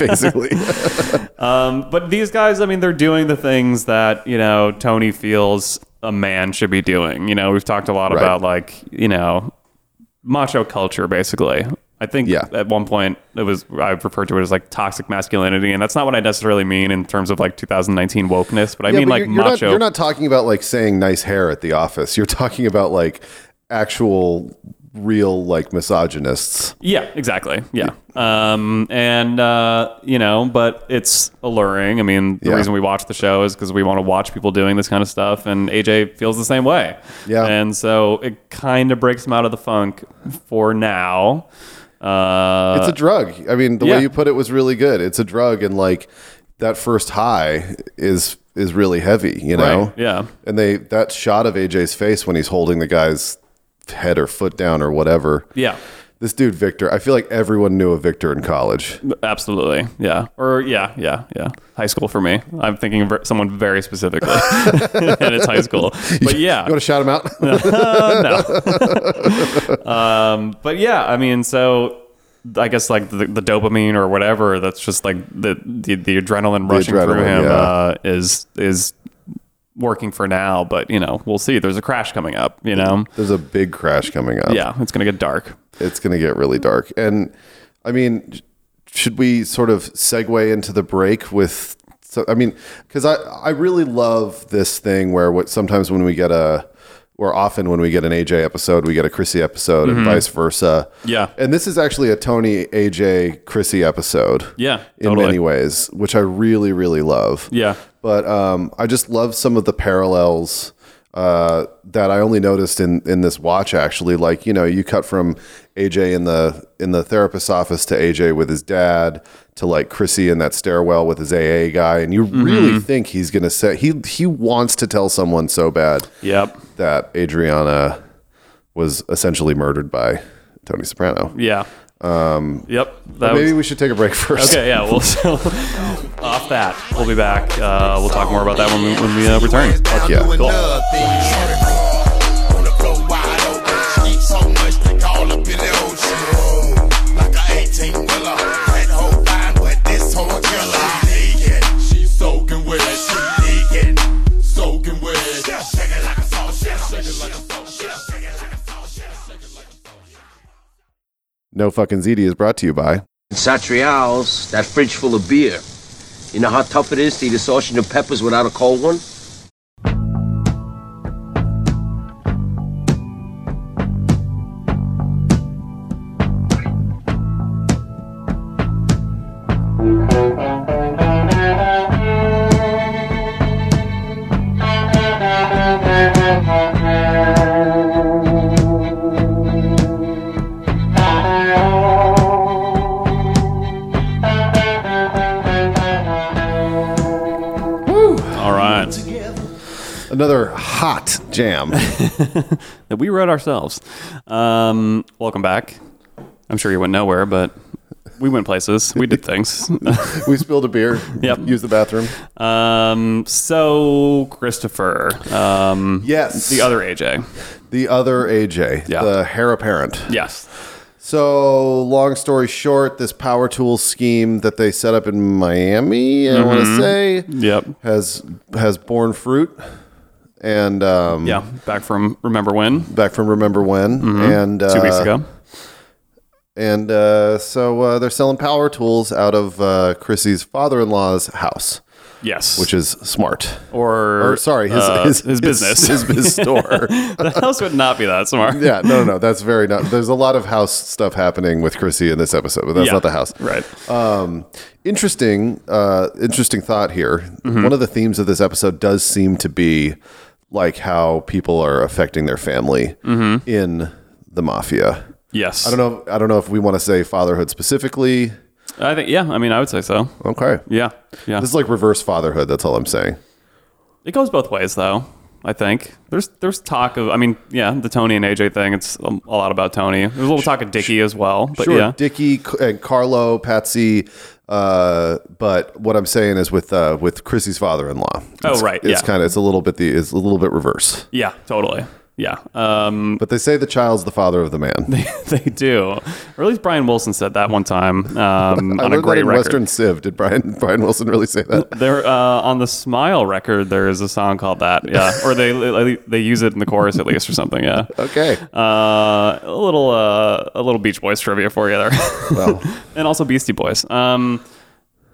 S5: basically.
S4: But these guys, I mean, they're doing the things that, you know, Tony feels a man should be doing. You know, we've talked a lot
S5: Right.
S4: about, like, you know, macho culture, basically. I think
S5: Yeah.
S4: at one point it was, I referred to it as like toxic masculinity. And that's not what I necessarily mean in terms of like 2019 wokeness, but I
S5: Yeah,
S4: mean
S5: but
S4: like
S5: you're, you're
S4: macho.
S5: Not, you're not talking about like saying nice hair at the office. You're talking about like actual, real like misogynists.
S4: Yeah, exactly. Yeah. Um, and, uh, you know, but it's alluring. I mean, the
S5: Yeah.
S4: reason we watch the show is because we want to watch people doing this kind of stuff, and AJ feels the same way.
S5: Yeah.
S4: And so it kind of breaks him out of the funk for now. Uh,
S5: It's a drug. I mean, the
S4: yeah.
S5: way you put it was really good. It's a drug, and like that first high is is really heavy. You know.
S4: Right, yeah.
S5: And they that shot of AJ's face when he's holding the guy's head or foot down or whatever.
S4: yeah.
S5: This dude Victor, I feel like everyone knew a Victor in college.
S4: Absolutely. Yeah. Or yeah, yeah, yeah. High school for me. I'm thinking of someone very specifically. and it's high school. But yeah.
S5: You want to shout him out?
S4: But yeah, I mean, so I guess like the, the dopamine or whatever that's just like the the, the adrenaline rushing through
S5: adrenaline,
S4: him
S5: yeah.
S4: uh, is is working for now, but you know, we'll see. There's a crash coming up, you know?
S5: There's a big crash coming up.
S4: Yeah, it's going to get dark.
S5: It's going to get really dark. And I mean, sh- should we sort of segue into the break with? So I mean, because I I really love this thing where what sometimes when we get a or often when we get an AJ episode, we get a Chrissy episode and vice versa.
S4: Mm-hmm. Yeah.
S5: And this is actually a Tony AJ Chrissy episode.
S4: Yeah,
S5: In
S4: totally.
S5: many ways, which I really, really love
S4: Yeah.
S5: but um, I just love some of the parallels uh, that I only noticed in in this watch. Actually, like you know, you cut from AJ in the in the therapist's office to AJ with his dad to like Chrissy in that stairwell with his AA guy, and
S4: Mm-hmm.
S5: you really think he's gonna say he he wants to tell someone so bad
S4: Yep.
S5: that Adriana was essentially murdered by Tony Soprano.
S4: Yeah. Um, yep. That
S5: Maybe
S4: was,
S5: we should take a break first.
S4: okay. Yeah. Well, so off that, we'll be back. Uh, we'll talk more about that when we, when we uh, return.
S5: Fuck yeah.
S6: doing
S5: Cool.
S6: nothing. On the floor wide open. Eat so much they all up in the ocean. Like a 18 wheeler. That whole fine, but this whole a killer. Naked. She's soaking wet. She naked. Soaking wet. Shake it like a sauce. Shake it like a sauce. Shake it like a sauce. Shake it like a sauce.
S5: No fucking ZD is brought to you by.
S7: In Satrial's, that fridge full of beer. You know how tough it is to eat a sausage and peppers without a cold one?
S4: All right.
S5: Another hot jam.
S4: That we wrote ourselves. Um, welcome back. I'm sure you went nowhere, but we went places. We did things.
S5: we spilled a beer.
S4: Yep.
S5: Use the bathroom.
S4: um, so Christopher. Um,
S5: Yes.
S4: The other AJ.
S5: The other AJ,
S4: Yeah.
S5: the hair apparent.
S4: Yes.
S5: So, long story short, this power tool scheme that they set up in Miami, I want to say,
S4: Mm-hmm. Yep.
S5: has has borne fruit. And um,
S4: Yeah. Back from remember when?
S5: back from remember when, and uh,
S4: Two weeks ago.
S5: and uh, so uh, they're selling power tools out of uh, Chrissy's father-in-law's house,
S4: Yes.
S5: which is smart.
S4: or,
S5: Or sorry, his
S4: uh,
S5: his,
S4: his business.
S5: his, his store.
S4: the house would not be that smart.
S5: yeah, no, no, no. That's very not. There's a lot of house stuff happening with Chrissy in this episode, but that's
S4: Yeah.
S5: not the house.
S4: Right.
S5: Um, interesting, uh, interesting thought here.
S4: Mm-hmm.
S5: One of the themes of this episode does seem to be like how people are affecting their family
S4: Mm-hmm.
S5: in the mafia.
S4: Yes.
S5: I don't know. I don't know if we want to say fatherhood specifically.
S4: know. I think yeah. I mean, I would say so.
S5: Okay,
S4: Yeah. Yeah.
S5: this is like reverse fatherhood. That's all I'm saying.
S4: It goes both ways, though. I think there's there's talk of I mean yeah the Tony and AJ thing it's a, a lot about Tony there's a little talk of Dickie as well but
S5: sure,
S4: yeah
S5: Dickie C- and Carlo, Patsy. Uh, but what I'm saying is with uh, with Chrissy's father-in-law.
S4: Oh,
S5: It's-
S4: right,
S5: It's
S4: yeah.
S5: kind of it's a little bit the it's a little bit reverse.
S4: yeah totally yeah um
S5: But they say the child's the father of the man.
S4: they do or at least Brian Wilson said that one time um,
S5: I
S4: on a
S5: learned that
S4: great
S5: in
S4: record
S5: Western Civ. Did Brian Brian Wilson really say that?
S4: there uh, on the Smile record there is a song called that yeah or they they use it in the chorus at least or something yeah
S5: Okay.
S4: Uh, a little uh, a little Beach Boys trivia for you there.
S5: Well.
S4: and also Beastie Boys. Um,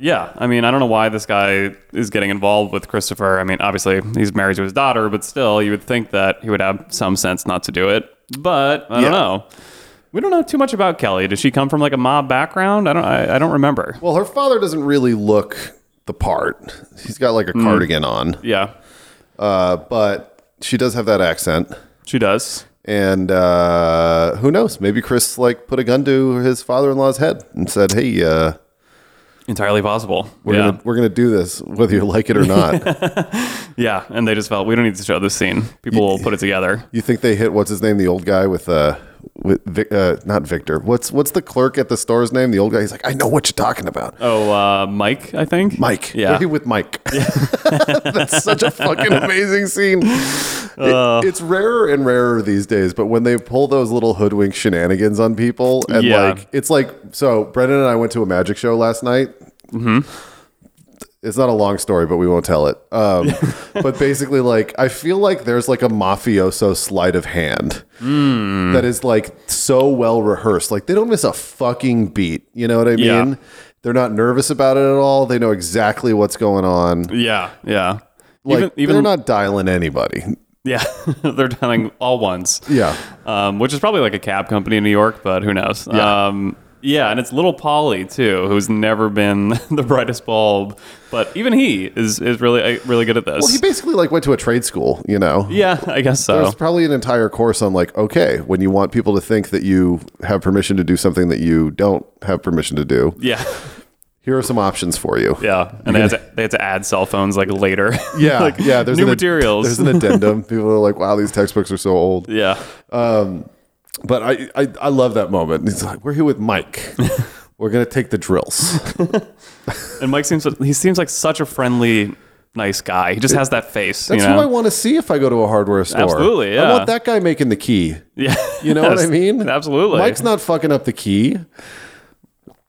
S4: yeah, I mean, I don't know why this guy is getting involved with Christopher. I mean, obviously he's married to his daughter, but still, you would think that he would have some sense not to do it. But
S5: Yeah.
S4: I don't know. We don't know too much about Kelly. Does she come from like a mob background? I don't. I, I don't remember.
S5: Well, her father doesn't really look the part. He's got like a
S4: Mm.
S5: cardigan on,
S4: Yeah,
S5: uh, but she does have that accent.
S4: she does.
S5: And uh, who knows? Maybe Chris like put a gun to his father-in-law's head and said, "Hey, uh,
S4: Entirely possible.
S5: we're
S4: yeah.
S5: gonna we're gonna do this whether you like it or not.
S4: yeah, and they just felt we don't need to show this scene. People will put it together.
S5: you think they hit what's his name, the old guy with uh with Vic, uh, not Victor. What's what's the clerk at the store's name? The old guy. He's like, I know what you're talking about.
S4: Oh, uh, Mike, I think
S5: Mike.
S4: Yeah,
S5: Right with Mike. That's such a fucking amazing scene. It-
S4: Uh.
S5: it's rarer and rarer these days, but when they pull those little hoodwink shenanigans on people, and
S4: Yeah.
S5: like, it's like, so Brendan and I went to a magic show last night. it's not a long story, but we won't tell it. Um, but basically, like I feel like there's like a mafioso sleight of hand
S4: Hmm.
S5: that is like so well rehearsed. Like they don't miss a fucking beat. You know what I mean?
S4: Yeah.
S5: They're not nervous about it at all. They know exactly what's going on.
S4: Yeah, yeah.
S5: Like
S4: even even
S5: they're not dialing anybody.
S4: yeah, they're telling all ones.
S5: Yeah.
S4: um, which is probably like a cab company in New York, but who knows?
S5: Yeah.
S4: Um, yeah, and it's little Polly too, who's never been the brightest bulb, but even he is is really uh, really good at this.
S5: Well, he basically like went to a trade school. You know?
S4: yeah, I guess so.
S5: There's probably an entire course on like, okay, when you want people to think that you have permission to do something that you don't have permission to do,
S4: Yeah,
S5: here are some options for you.
S4: yeah, and they had, to, they had to add cell phones like later.
S5: Yeah,
S4: Like,
S5: yeah. There's
S4: new
S5: an ad-
S4: materials.
S5: There's an addendum. People are like, "Wow, these textbooks are so old."
S4: yeah,
S5: But I, I, I love that moment. He's like, "We're here with Mike. We're gonna take the drills."
S4: and Mike seems he seems like such a friendly, nice guy. He just has that face.
S5: That's
S4: you know?
S5: who I want to see if I go to a hardware store.
S4: Absolutely,
S5: I
S4: yeah.
S5: want that guy making the key.
S4: Yeah,
S5: You know what I
S4: Yes,
S5: mean?
S4: Absolutely.
S5: Mike's not fucking up the key.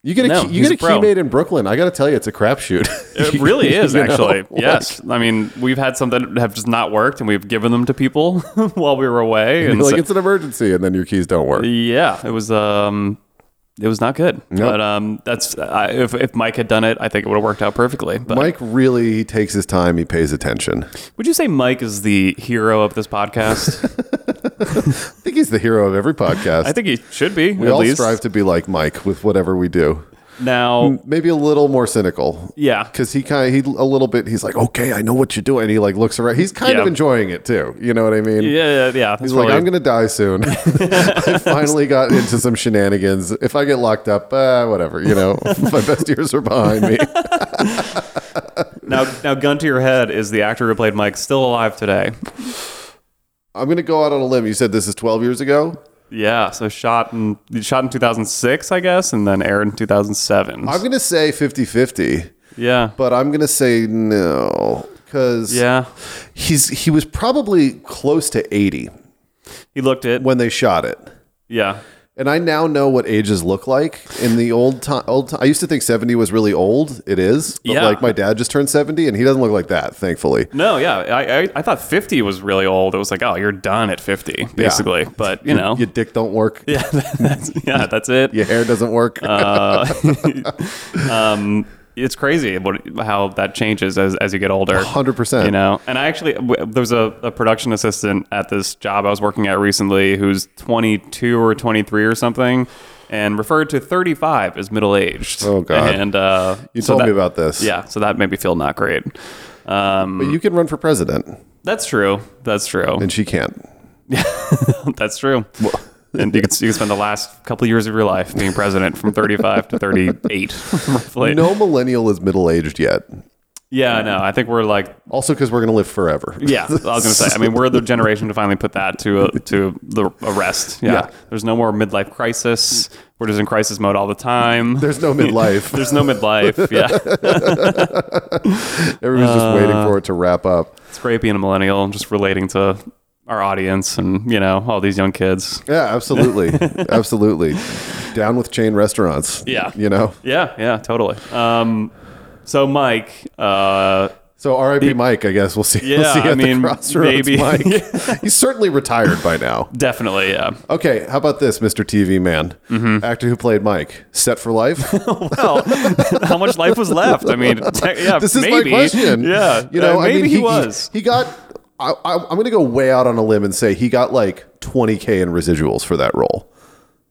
S5: You get a
S4: No,
S5: key, you
S4: he's
S5: get a,
S4: a pro.
S5: key made in Brooklyn. I got to tell you, it's a crapshoot.
S4: It really is
S5: You know?
S4: actually.
S5: Like,
S4: yes, I mean we've had some that have just not worked, and we've given them to people while we were away. And
S5: like
S4: so-
S5: it's an emergency, and then your keys don't work.
S4: yeah, it was um, it was not good. But um, that's I, if if Mike had done it, I think it would have worked out perfectly. But
S5: Mike really he takes his time. He pays attention.
S4: would you say Mike is the hero of this podcast?
S5: I think he's the hero of every podcast.
S4: I think he should be.
S5: we
S4: at
S5: all
S4: least.
S5: strive Mm. to be like Mike with whatever we do.
S4: now.
S5: Maybe a little more cynical.
S4: Yeah.
S5: because he kind of he a little bit. He's like, okay, I know what you're doing. And he like looks around. He's kind of
S4: Yeah.
S5: enjoying it too. You know what I mean?
S4: Yeah, yeah. that's
S5: He's like,
S4: probably-
S5: I'm gonna die soon. I finally got into some shenanigans. If I get locked up, uh, whatever. You know, my best years are behind me.
S4: now. Now, gun to your head, is the actor who played Mike still alive today?
S5: I'm gonna go out on a limb. You said this is 12 years ago.
S4: Yeah. So shot in shot in 2006, I guess, and then aired in 2007.
S5: I'm gonna say 50 50,
S4: yeah.
S5: but I'm gonna say no because
S4: Yeah,
S5: he's he was probably close to 80
S4: he looked it.
S5: when they shot it.
S4: yeah,
S5: And I now know what ages look like in the old time. Old time, I used to think seventy was really old. It is, but
S4: Yeah.
S5: like my dad just turned seventy, and he doesn't look like that, thankfully.
S4: no, yeah. I, I I thought fifty was really old. It was like, oh, you're done at fifty, basically. But you know,
S5: Your dick don't work.
S4: yeah, Uh, that's, yeah, that's it.
S5: Your hair doesn't work.
S4: Um, it's crazy what, how that changes as, as you get older.
S5: 100%.
S4: You know, and I actually, w- there was a, a production assistant at this job I was working at recently who's 22 or 23 or something and referred to 35 as middle aged.
S5: Oh, God.
S4: And uh,
S5: you
S4: so
S5: told
S4: that-
S5: me about this.
S4: Yeah, so that made me feel not great. Um,
S5: but you can run for president,
S4: that's true. That's true.
S5: and she can't.
S4: That's true. and you can, you can spend the last couple years of your life being president from 35 to 38, roughly.
S5: No millennial is middle aged yet.
S4: Yeah, no, I think we're like,
S5: Also, because we're gonna live forever.
S4: yeah, I was going to say, I mean, we're the generation to finally put that to a, to the arrest. Yeah.
S5: Yeah.
S4: There's no more midlife crisis. We're just in crisis mode all the time.
S5: There's no midlife.
S4: There's no midlife. Yeah.
S5: Everybody's just
S4: uh,
S5: waiting for it to wrap up.
S4: It's great being a millennial and just relating to our audience and, you know, all these young kids.
S5: Yeah, absolutely, absolutely. Down with chain restaurants.
S4: Yeah.
S5: you know.
S4: Yeah, yeah, totally. Um, so, Mike, uh,
S5: So R.I.P. Mike, I guess we'll see. we'll
S4: Yeah,
S5: see
S4: I mean, maybe.
S5: Mike. He's certainly retired by now.
S4: definitely, yeah.
S5: Okay, how about this, Mr. TV Man,
S4: Mm-hmm.
S5: actor who played Mike, set for life.
S4: Well, how much life was left? I mean, te- yeah,
S5: this is
S4: maybe.
S5: my question.
S4: Yeah,
S5: you know,
S4: uh,
S5: I
S4: maybe
S5: mean,
S4: he, was.
S5: He, got. I, I, I'm going to go way out on a limb and say he got like 20k in residuals for that role.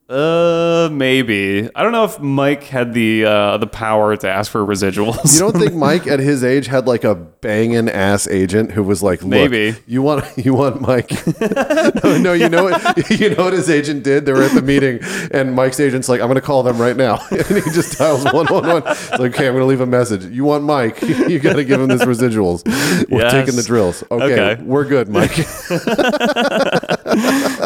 S4: uh, maybe. I don't know if Mike had the uh, the power to ask for residuals.
S5: You don't think Mike at his age had like a banging ass agent who was like, Look,
S4: Maybe.
S5: you want you want Mike? no, no, you know what you know what his agent did. They were at the meeting, and Mike's agent's like, I'm going to call them right now, and he just dials one one one. It's like, okay, I'm going to leave a message. You want Mike? You got to give him this residuals. We're
S4: Yes.
S5: taking the drills. Okay,
S4: Okay.
S5: we're good, Mike.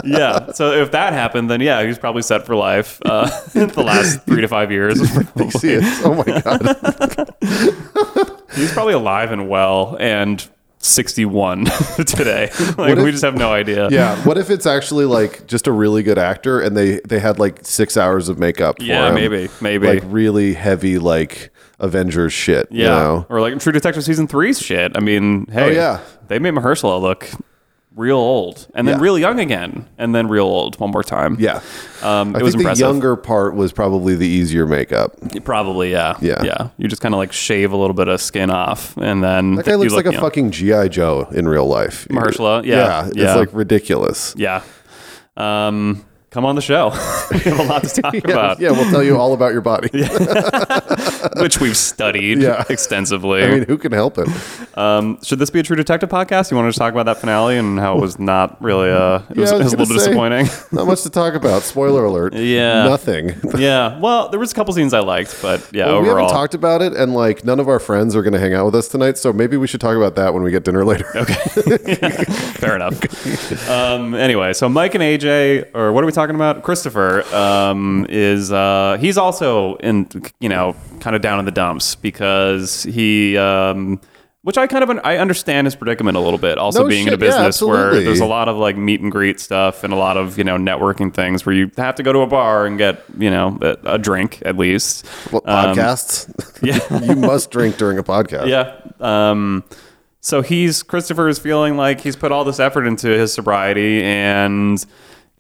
S4: yeah. So if that happened, then yeah, he's probably set for life. Uh, the last three to five years,
S5: You see it? Oh my god,
S4: he's probably alive and well and. 61 today. Like,
S5: if-
S4: we just have no idea.
S5: yeah. What if it's actually like just a really good actor, and they they had like six hours of makeup? For
S4: Yeah,
S5: him?
S4: maybe, maybe.
S5: like really heavy like Avengers shit.
S4: Yeah.
S5: You know? Oh,
S4: Or like True Detective season three's shit. I mean, hey,
S5: yeah.
S4: they made Mahershala look real old and then
S5: Yeah.
S4: real young again and then real old one more time.
S5: Yeah.
S4: Um, it
S5: I
S4: was
S5: think
S4: impressive.
S5: the younger part was probably the easier makeup.
S4: Probably, yeah.
S5: Yeah.
S4: Yeah. You just kind of like shave a little bit of skin off and then
S5: That guy
S4: you
S5: looks
S4: look
S5: like a
S4: young.
S5: fucking GI Joe in real life.
S4: Mahershala? Yeah.
S5: it's
S4: Yeah.
S5: like ridiculous.
S4: Yeah. Um, come on the show. we have a lot to talk about,
S5: yeah, we'll tell you all about your body.
S4: which we've studied
S5: Yeah.
S4: extensively.
S5: I mean, who can help it?
S4: um, should this be a True Detective podcast? You want to just talk about that finale and how it was not really, uh, it, was,
S5: Yeah, I
S4: it was
S5: was
S4: a little
S5: gonna say,
S4: disappointing.
S5: Not much to talk about. Spoiler alert.
S4: Yeah.
S5: Nothing.
S4: yeah. Well, there was a couple scenes I liked, but yeah,
S5: Well, we
S4: overall.
S5: haven't talked about it, and like none of our friends are going to hang out with us tonight, so maybe we should talk about that when we get dinner later.
S4: Fair enough. um, anyway, so Mike and AJ, or what are we talking about? Christopher um, is uh, he's also in you know kind of down in the dumps because he. Um, which I kind of un- I understand his predicament a little bit. Also
S5: No
S4: being in a
S5: shit, yeah,
S4: business where
S5: absolutely.
S4: there's a lot of like meet and greet stuff and a lot of you know networking things where you have to go to a bar and get you know a, a drink at least.
S5: Well,
S4: Um,
S5: Podcasts.
S4: yeah.
S5: you must drink during a podcast.
S4: yeah. Um, so he's Christopher is feeling like he's put all this effort into his sobriety, and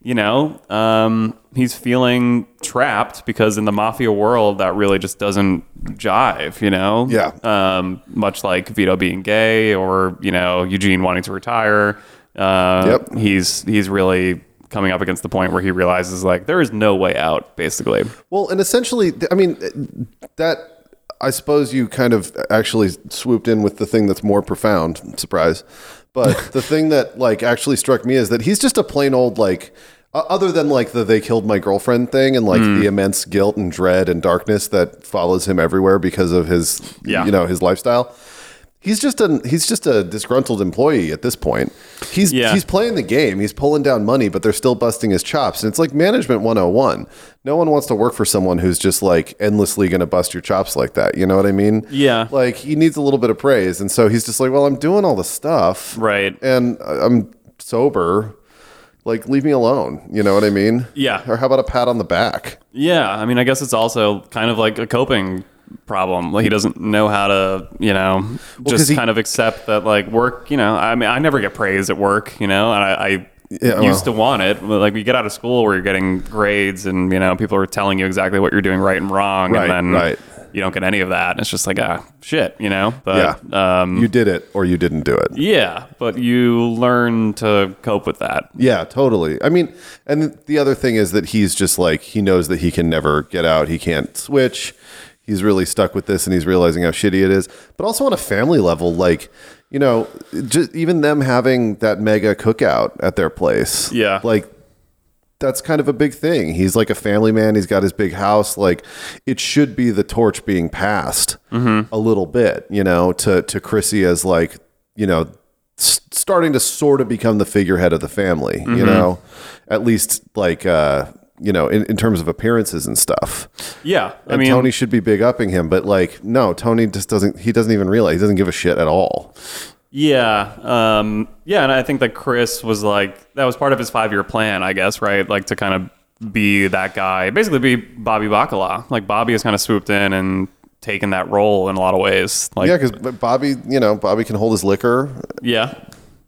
S4: you know, um, he's feeling trapped because in the mafia world, that really just doesn't jive. You know,
S5: Yeah.
S4: Um, much like Vito being gay, or you know, Eugene wanting to retire. Uh,
S5: Yep.
S4: He's he's really coming up against the point where he realizes like there is no way out. Basically,
S5: Well, and essentially, th- I mean, eh, that I suppose you kind of actually swooped in with the thing that's more profound. Surprise! But the thing that like actually struck me is that he's just a plain old like. o- Other than like the they killed my girlfriend thing and like the immense guilt and dread and darkness that follows him everywhere because of his
S4: Yeah.
S5: you know his lifestyle, he's just a he's just a disgruntled employee at this point. He's
S4: Yeah.
S5: he's playing the game. He's pulling down money, but they're still busting his chops. And it's like management 101. No one wants to work for someone who's just like endlessly going to bust your chops like that. You know what I mean?
S4: Yeah.
S5: Like he needs a little bit of praise, and so he's just like, "Well, I'm doing all the stuff,
S4: right?
S5: and I- I'm sober. Like, leave me alone." You know what I mean?
S4: Yeah.
S5: Or how about a pat on the back?
S4: Yeah, I mean, I guess it's also kind of like a coping problem. Like he doesn't know how to, you know,
S5: 'cause
S4: just
S5: he-
S4: kind of accept that like work. You know, I mean, I never get praise at work. You know, and I. I
S5: Yeah, well.
S4: used to want it but, like you get out of school where you're getting grades and you know people are telling you exactly what you're doing right and wrong
S5: Right,
S4: and then
S5: right.
S4: you don't get any of that and it's just like ah shit you know but yeah. um
S5: You did it, or you didn't do it.
S4: yeah but you learn to cope with that
S5: Yeah, totally. I mean, and the other thing is that he's just like he knows that he can never get out. He can't switch. He's really stuck with this, and he's realizing how shitty it is. But also on a family level, like you know, just even them having that mega cookout at their place.
S4: Yeah.
S5: like that's kind of a big thing. He's like a family man. He's got his big house. Like it should be the torch being passed
S4: Mm-hmm.
S5: a little bit, you know, to to Chrissy as like you know s- starting to sort of become the figurehead of the family,
S4: Mm-hmm.
S5: you know, at least like uh, you know in, in terms of appearances and stuff.
S4: yeah i
S5: and
S4: mean
S5: Tony should be big upping him, but like no, Tony just doesn't. He doesn't even realize. He doesn't give a shit at all.
S4: Yeah, um, yeah, and I think that Chris was like that was part of his five year plan, I guess, right? Like to kind of be that guy, basically be Bobby Bacala. Like Bobby has kind of swooped in and taken that role in a lot of ways. Like,
S5: Yeah, because Bobby, you know, Bobby can hold his liquor.
S4: yeah,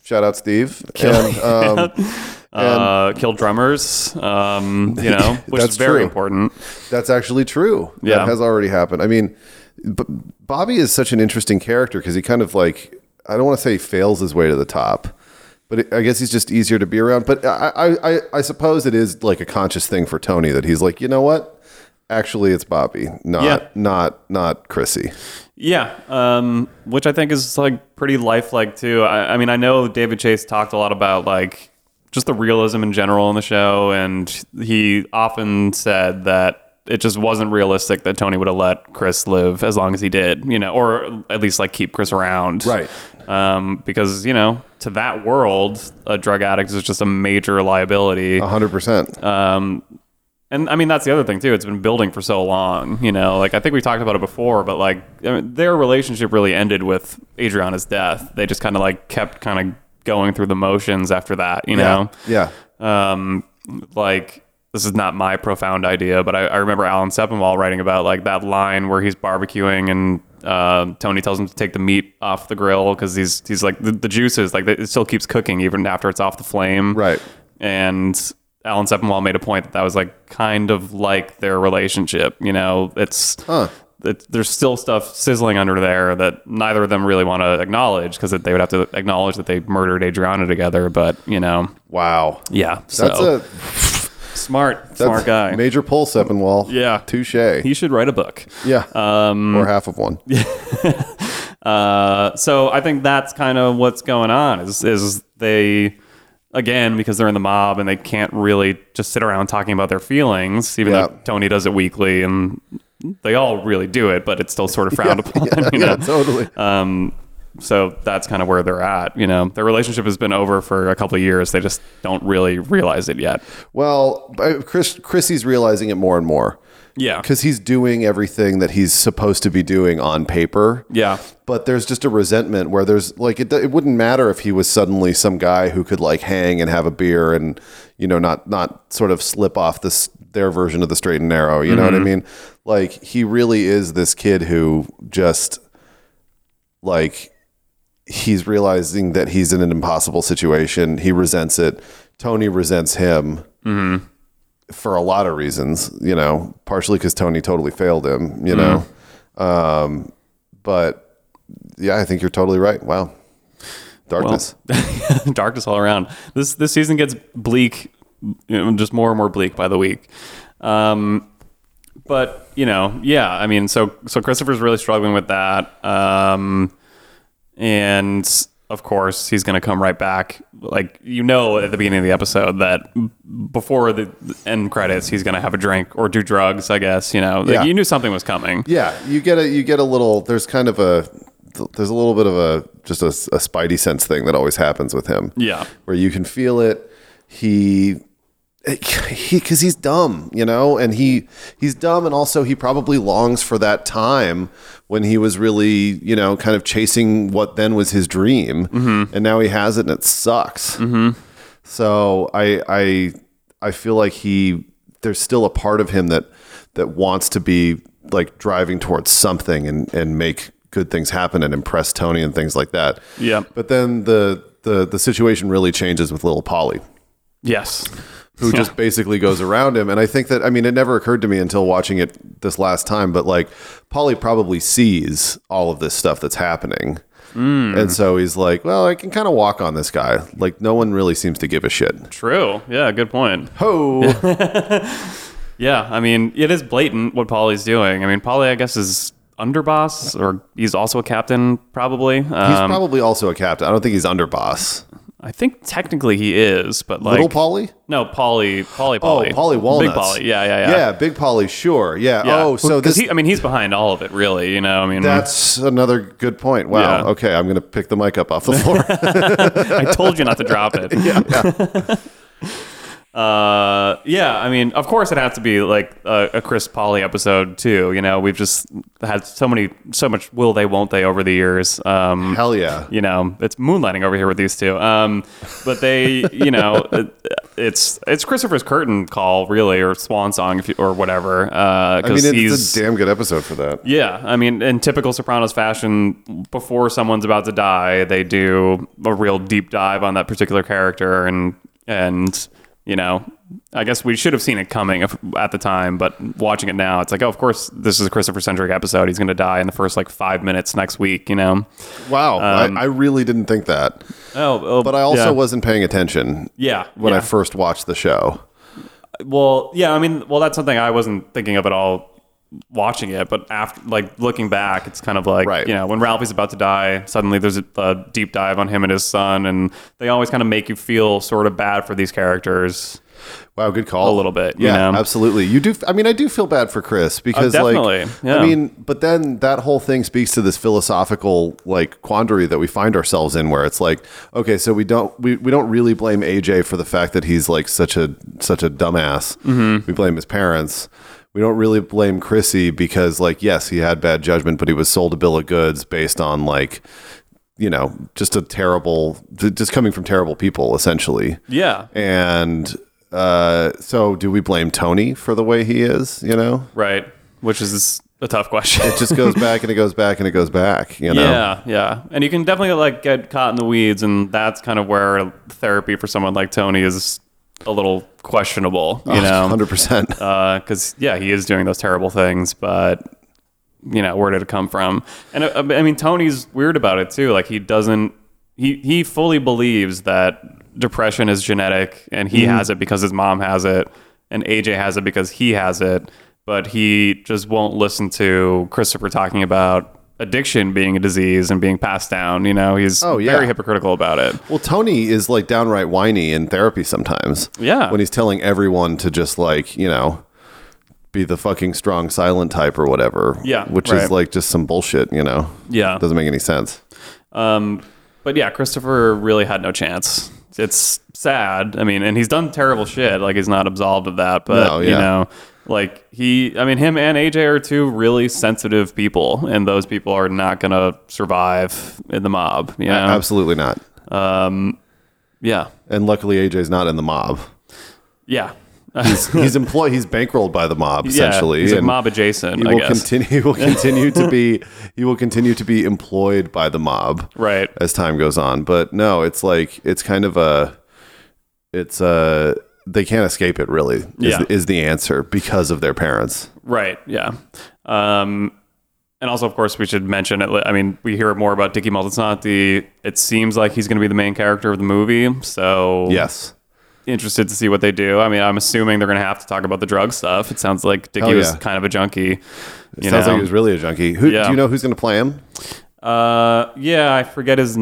S5: Shout out Steve. And, um,
S4: uh, kill drummers, um, you know, which is
S5: That's
S4: very
S5: true.
S4: important.
S5: That's actually true.
S4: Yeah.
S5: That has already happened. I mean, B- Bobby is such an interesting character because he kind of like, I don't want to say he fails his way to the top, but it, I guess he's just easier to be around. But I, I, I, I suppose it is like a conscious thing for Tony that he's like, you know what? Actually, it's Bobby, not
S4: Yeah.
S5: not not Chrissy.
S4: Yeah, um, which I think is like pretty lifelike too. I, I mean, I know David Chase talked a lot about like just the realism in general in the show, and he often said that it just wasn't realistic that Tony would have let Chris live as long as he did, you know, or at least like keep Chris around,
S5: Right.
S4: Um, because you know, to that world, a drug addict is just a major liability.
S5: hundred percent.
S4: Um, and I mean, that's the other thing too. It's been building for so long, you know. Like I think we talked about it before, but like I mean, their relationship really ended with Adriana's death. They just kind of like kept kind of going through the motions after that, you know.
S5: Yeah.
S4: Um, like this is not my profound idea, but I, I remember Alan Sepinwall writing about like that line where he's barbecuing and uh, Tony tells him to take the meat off the grill because he's he's like the, the juices like it still keeps cooking even after it's off the flame.
S5: Right.
S4: And Alan Sepinwall made a point that that was like kind of like their relationship. You know, it's. It, there's still stuff sizzling under there that neither of them really want to acknowledge because they would have to acknowledge that they murdered Adriana together. But you know,
S5: Wow.
S4: yeah,
S5: That's
S4: so
S5: a
S4: smart,
S5: that's
S4: smart guy.
S5: Major pull, Seppenwall.
S4: Yeah.
S5: Touche.
S4: He should write a book.
S5: yeah. Um, or half of one.
S4: Uh, so I think that's kind of what's going on. Is is they again because they're in the mob and they can't really just sit around talking about their feelings, even
S5: Yeah.
S4: though Tony does it weekly and they all really do it, but it's still sort of frowned upon. you know?
S5: yeah, totally.
S4: Um, so that's kind of where they're at. You know, their relationship has been over for a couple of years. They just don't really realize it yet.
S5: Well, I- Chris, Chrissy's realizing it more and more
S4: Yeah,
S5: because he's doing everything that he's supposed to be doing on paper.
S4: yeah,
S5: But there's just a resentment where there's like it, it wouldn't matter if he was suddenly some guy who could like hang and have a beer and you know not not sort of slip off this their version of the straight and narrow. You know what I mean? Like he really is this kid who just like he's realizing that he's in an impossible situation. He resents it. Tony resents him for a lot of reasons, you know, partially because Tony totally failed him, you know. Um, but yeah, I think you're totally right. Wow. Darkness.
S4: darkness all around. This this season gets bleak, you know, just more and more bleak by the week. Um, but you know, yeah, I mean, so so Christopher's really struggling with that, um, and of course he's going to come right back. Like you know, at the beginning of the episode that before the end credits, he's going to have a drink or do drugs. I guess you know, like,
S5: Yeah.
S4: you knew something was coming.
S5: yeah, you get a you get a little there's kind of a there's a little bit of a just a, a spidey sense thing that always happens with him.
S4: Yeah.
S5: Where you can feel it. He he cuz he's dumb, you know, and he he's dumb and also he probably longs for that time when he was really, you know, kind of chasing what then was his dream and now he has it and it sucks. So I I I feel like he there's still a part of him that that wants to be like driving towards something and and make good things happen and impress Tony and things like that.
S4: Yeah.
S5: But then the the the situation really changes with little Polly
S4: Yes.
S5: who just basically goes around him. And I think that I mean it never occurred to me until watching it this last time, but like Polly probably sees all of this stuff that's happening.
S4: Hmm.
S5: And so he's like, well, I can kind of walk on this guy. Like no one really seems to give a shit.
S4: True. Yeah. Good point.
S5: Ho.
S4: Yeah, I mean, it is blatant what Polly's doing. I mean, Polly, I guess, is underboss, or he's also a captain, probably.
S5: He's
S4: Um,
S5: probably also a captain. I don't think he's underboss.
S4: I think technically he is, but like
S5: Little Polly?
S4: No, Polly, Polly,
S5: Oh,
S4: Polly,
S5: Polly Walnuts.
S4: Big Polly. Yeah, yeah, yeah.
S5: Yeah, Big Polly, sure. Yeah.
S4: Yeah.
S5: Oh, so
S4: 'Cause
S5: this
S4: He, I mean, he's behind all of it, really. You know, I mean,
S5: that's another good point. Wow.
S4: Yeah.
S5: Okay, I'm going to pick the mic up off the floor.
S4: I told you not to drop it. yeah. Uh, yeah, I mean, of course it has to be like a, a Chris Polly episode too. You know, we've just had so many, so much will they, won't they over the years. Um,
S5: Hell yeah.
S4: you know, it's moonlighting over here with these two. Um, but they, you know, it, it's it's Christopher's curtain call really, or swan song, if you, or whatever. Uh,
S5: I mean,
S4: because
S5: it's
S4: he's
S5: a damn good episode for that.
S4: yeah, I mean, in typical Sopranos fashion, before someone's about to die, they do a real deep dive on that particular character, and and you know, I guess we should have seen it coming if- at the time, but watching it now, it's like, oh, of course, this is a Christopher Centric episode. He's going to die in the first like five minutes next week, you know.
S5: Wow. I, I really didn't think that.
S4: Oh,
S5: But I also wasn't paying attention
S4: yeah
S5: when I
S4: yeah.
S5: first watched the show.
S4: Well, yeah, I mean, well, that's something I wasn't thinking of at all watching it, but after like looking back, it's kind of like
S5: Right.
S4: you know when Ralphie's about to die, suddenly there's a, a deep dive on him and his son, and they always kind of make you feel sort of bad for these characters.
S5: Wow, good call.
S4: A little bit, you
S5: Yeah,
S4: know? Oh,
S5: absolutely. You do. I mean, I do feel bad for Chris because,
S4: definitely,
S5: like,
S4: yeah.
S5: I mean, but then that whole thing speaks to this philosophical like quandary that we find ourselves in, where it's like, okay, so we don't we, we don't really blame AJ for the fact that he's like such a such a dumbass.
S4: Mm-hmm.
S5: We blame his parents. We don't really blame Chrissy because, like, yes, he had bad judgment, but he was sold a bill of goods based on like. You know, just a terrible, just coming from terrible people, essentially
S4: Yeah,
S5: and uh, so do we blame Tony for the way he is? You know,
S4: right? Which is a tough question.
S5: it just goes back and it goes back and it goes back. You know,
S4: Yeah, yeah, and you can definitely like get caught in the weeds, and that's kind of where therapy for someone like Tony is a little questionable, you know, Uh,
S5: hundred percent.
S4: because yeah, he is doing those terrible things, but you know, where did it come from? And uh, I mean, Tony's weird about it too. Like he doesn't, he he fully believes that depression is genetic, and he
S5: Mm-hmm.
S4: has it because his mom has it, and AJ has it because he has it. But he just won't listen to Christopher talking about addiction being a disease and being passed down. You know, he's
S5: Oh, yeah.
S4: very hypocritical about it.
S5: Well, Tony is like downright whiny in therapy sometimes.
S4: Yeah.
S5: When he's telling everyone to just like, you know, be the fucking strong silent type or whatever.
S4: Yeah,
S5: Which
S4: right.
S5: is like just some bullshit, you know?
S4: Yeah.
S5: Doesn't make any sense.
S4: Um, but yeah, Christopher really had no chance. It's sad. I mean, and he's done terrible shit. Like he's not absolved of that. But
S5: No,
S4: you
S5: yeah.
S4: know, like he, I mean, him and AJ are two really sensitive people, and those people are not gonna survive in the mob. You know,
S5: Absolutely not.
S4: yeah,
S5: And luckily AJ's not in the mob.
S4: yeah,
S5: He's employed he's bankrolled by the mob essentially.
S4: Yeah, he's like
S5: and
S4: mob adjacent.
S5: he
S4: I
S5: will
S4: guess.
S5: continue he will continue to be he will continue to be employed by the mob.
S4: Right.
S5: as time goes on. But no, it's like it's kind of a it's a they can't escape it really is,
S4: Yeah.
S5: is the answer because of their parents.
S4: Right. Yeah. Um, and also, of course, we should mention it. I mean, we hear more about Dicky Maltesanti. It seems like he's going to be the main character of the movie. So
S5: Yes.
S4: interested to see what they do. I mean, I'm assuming they're going to have to talk about the drug stuff. It sounds like Dicky
S5: Hell
S4: was
S5: yeah.
S4: kind of a junkie. You
S5: Sounds
S4: know?
S5: like he was really a junkie. Who
S4: Yeah.
S5: do you know who's going to play him?
S4: uh, yeah, I forget his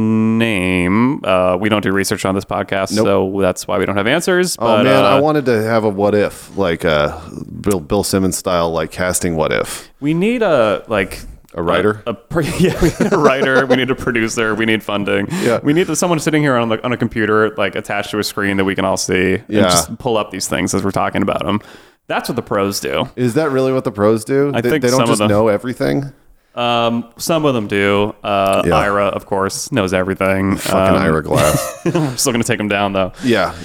S4: name. Uh, we don't do research on this podcast, so that's why we don't have answers.
S5: Oh
S4: but,
S5: man,
S4: uh,
S5: I wanted to have a what if like a Bill Bill Simmons style like casting what if.
S4: We need a like
S5: A writer?
S4: A, a pr- yeah, we need a writer. we need a producer. We need funding.
S5: Yeah.
S4: we need someone sitting here on the, on a computer, like attached to a screen that we can all see, and
S5: Yeah.
S4: just pull up these things as we're talking about them. That's what the pros do.
S5: Is that really what the pros do?
S4: I
S5: they,
S4: think
S5: they don't
S4: some of
S5: just
S4: them-
S5: know everything.
S4: Um, some of them do. Uh,
S5: Yeah.
S4: Ira, of course, knows everything.
S5: Fucking
S4: Um,
S5: Ira Glass.
S4: I'm still gonna take him down though.
S5: yeah.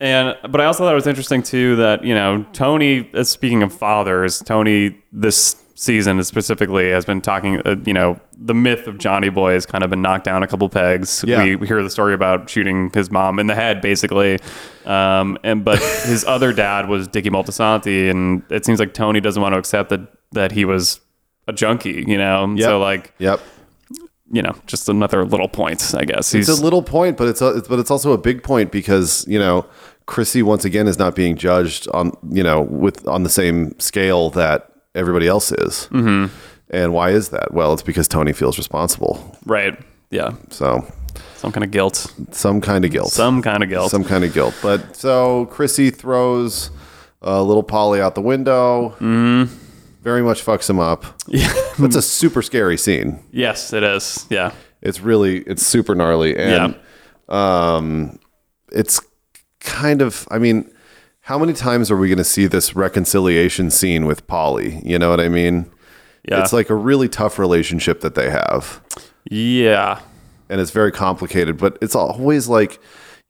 S4: And but I also thought it was interesting too that you know Tony. uh, Speaking of fathers, Tony this season specifically has been talking. Uh, you know, the myth of Johnny Boy has kind of been knocked down a couple pegs.
S5: Yeah.
S4: We, we hear the story about shooting his mom in the head, basically. Um, and but his other dad was Dickie Maltesanti, and it seems like Tony doesn't want to accept that that he was a junkie. You know,
S5: Yep.
S4: so like
S5: Yep.
S4: you know, just another little point, I guess.
S5: it's a little point, but it's a, it's- but it's also a big point because you know Chrissy once again is not being judged on you know with on the same scale that everybody else is. Mm-hmm. And why is that? Well, it's because Tony feels responsible.
S4: right. Yeah,
S5: So
S4: some kind of guilt.
S5: some kind of guilt.
S4: Some kind of guilt.
S5: some kind of guilt. But so Chrissy throws uh, little Polly out the window. Very much fucks him up. Yeah. That's a super scary scene.
S4: yes, it is. Yeah.
S5: It's really it's super gnarly and
S4: yeah.
S5: it's kind of i mean how many times are we going to see this reconciliation scene with polly you know what i mean
S4: Yeah.
S5: it's like a really tough relationship that they have
S4: yeah.
S5: and it's very complicated but it's always like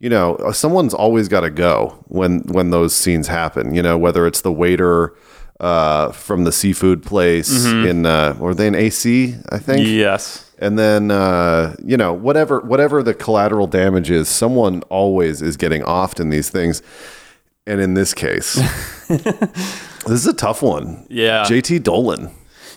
S5: you know someone's always got to go when when those scenes happen you know whether it's the waiter uh, from the seafood place in uh, were they in AC I think
S4: Yes.
S5: and then uh, you know whatever whatever the collateral damage is, someone always is getting offed in these things. And in this case, this is a tough one.
S4: Yeah.
S5: JT Dolan,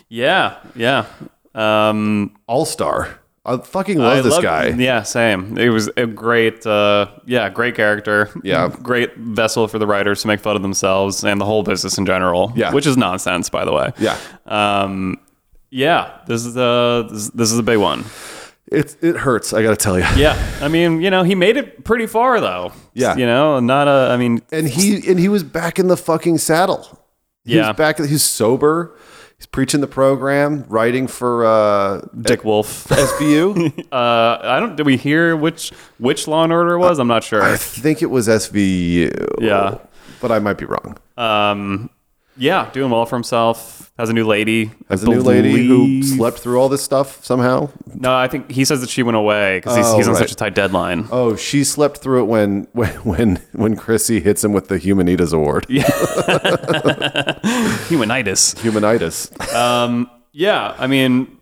S4: Yeah. Yeah. Um,
S5: all star. I fucking love
S4: I
S5: this
S4: loved-
S5: guy.
S4: Yeah, same. It was a great, uh, yeah, great character.
S5: Yeah.
S4: great vessel for the writers to make fun of themselves and the whole business in general.
S5: Yeah.
S4: which is nonsense, by the way.
S5: Yeah.
S4: Um, yeah. This is a this, this is a big one.
S5: It it hurts. I gotta tell you.
S4: Yeah. I mean, you know, he made it pretty far though.
S5: Yeah.
S4: You know, not a. I mean,
S5: And he and he was back in the fucking saddle. He
S4: yeah.
S5: was back. He's sober. He's preaching the program, writing for uh,
S4: Dick Wolf.
S5: SBU.
S4: Uh, I don't. Did we hear which which Law and Order it was? I'm not sure.
S5: I think it was SVU.
S4: Yeah.
S5: but I might be wrong.
S4: Um, Yeah, doing well for himself. Has a new lady.
S5: As
S4: I
S5: a new lady who
S4: believe-
S5: slept through all this stuff somehow.
S4: No, I think he says that she went away because he's,
S5: Oh,
S4: he's on
S5: right.
S4: such a tight deadline.
S5: Oh, she slept through it when when when when Chrissy hits him with the Humanitas Award.
S4: Humanitis.
S5: Humanitis.
S4: Yeah, I mean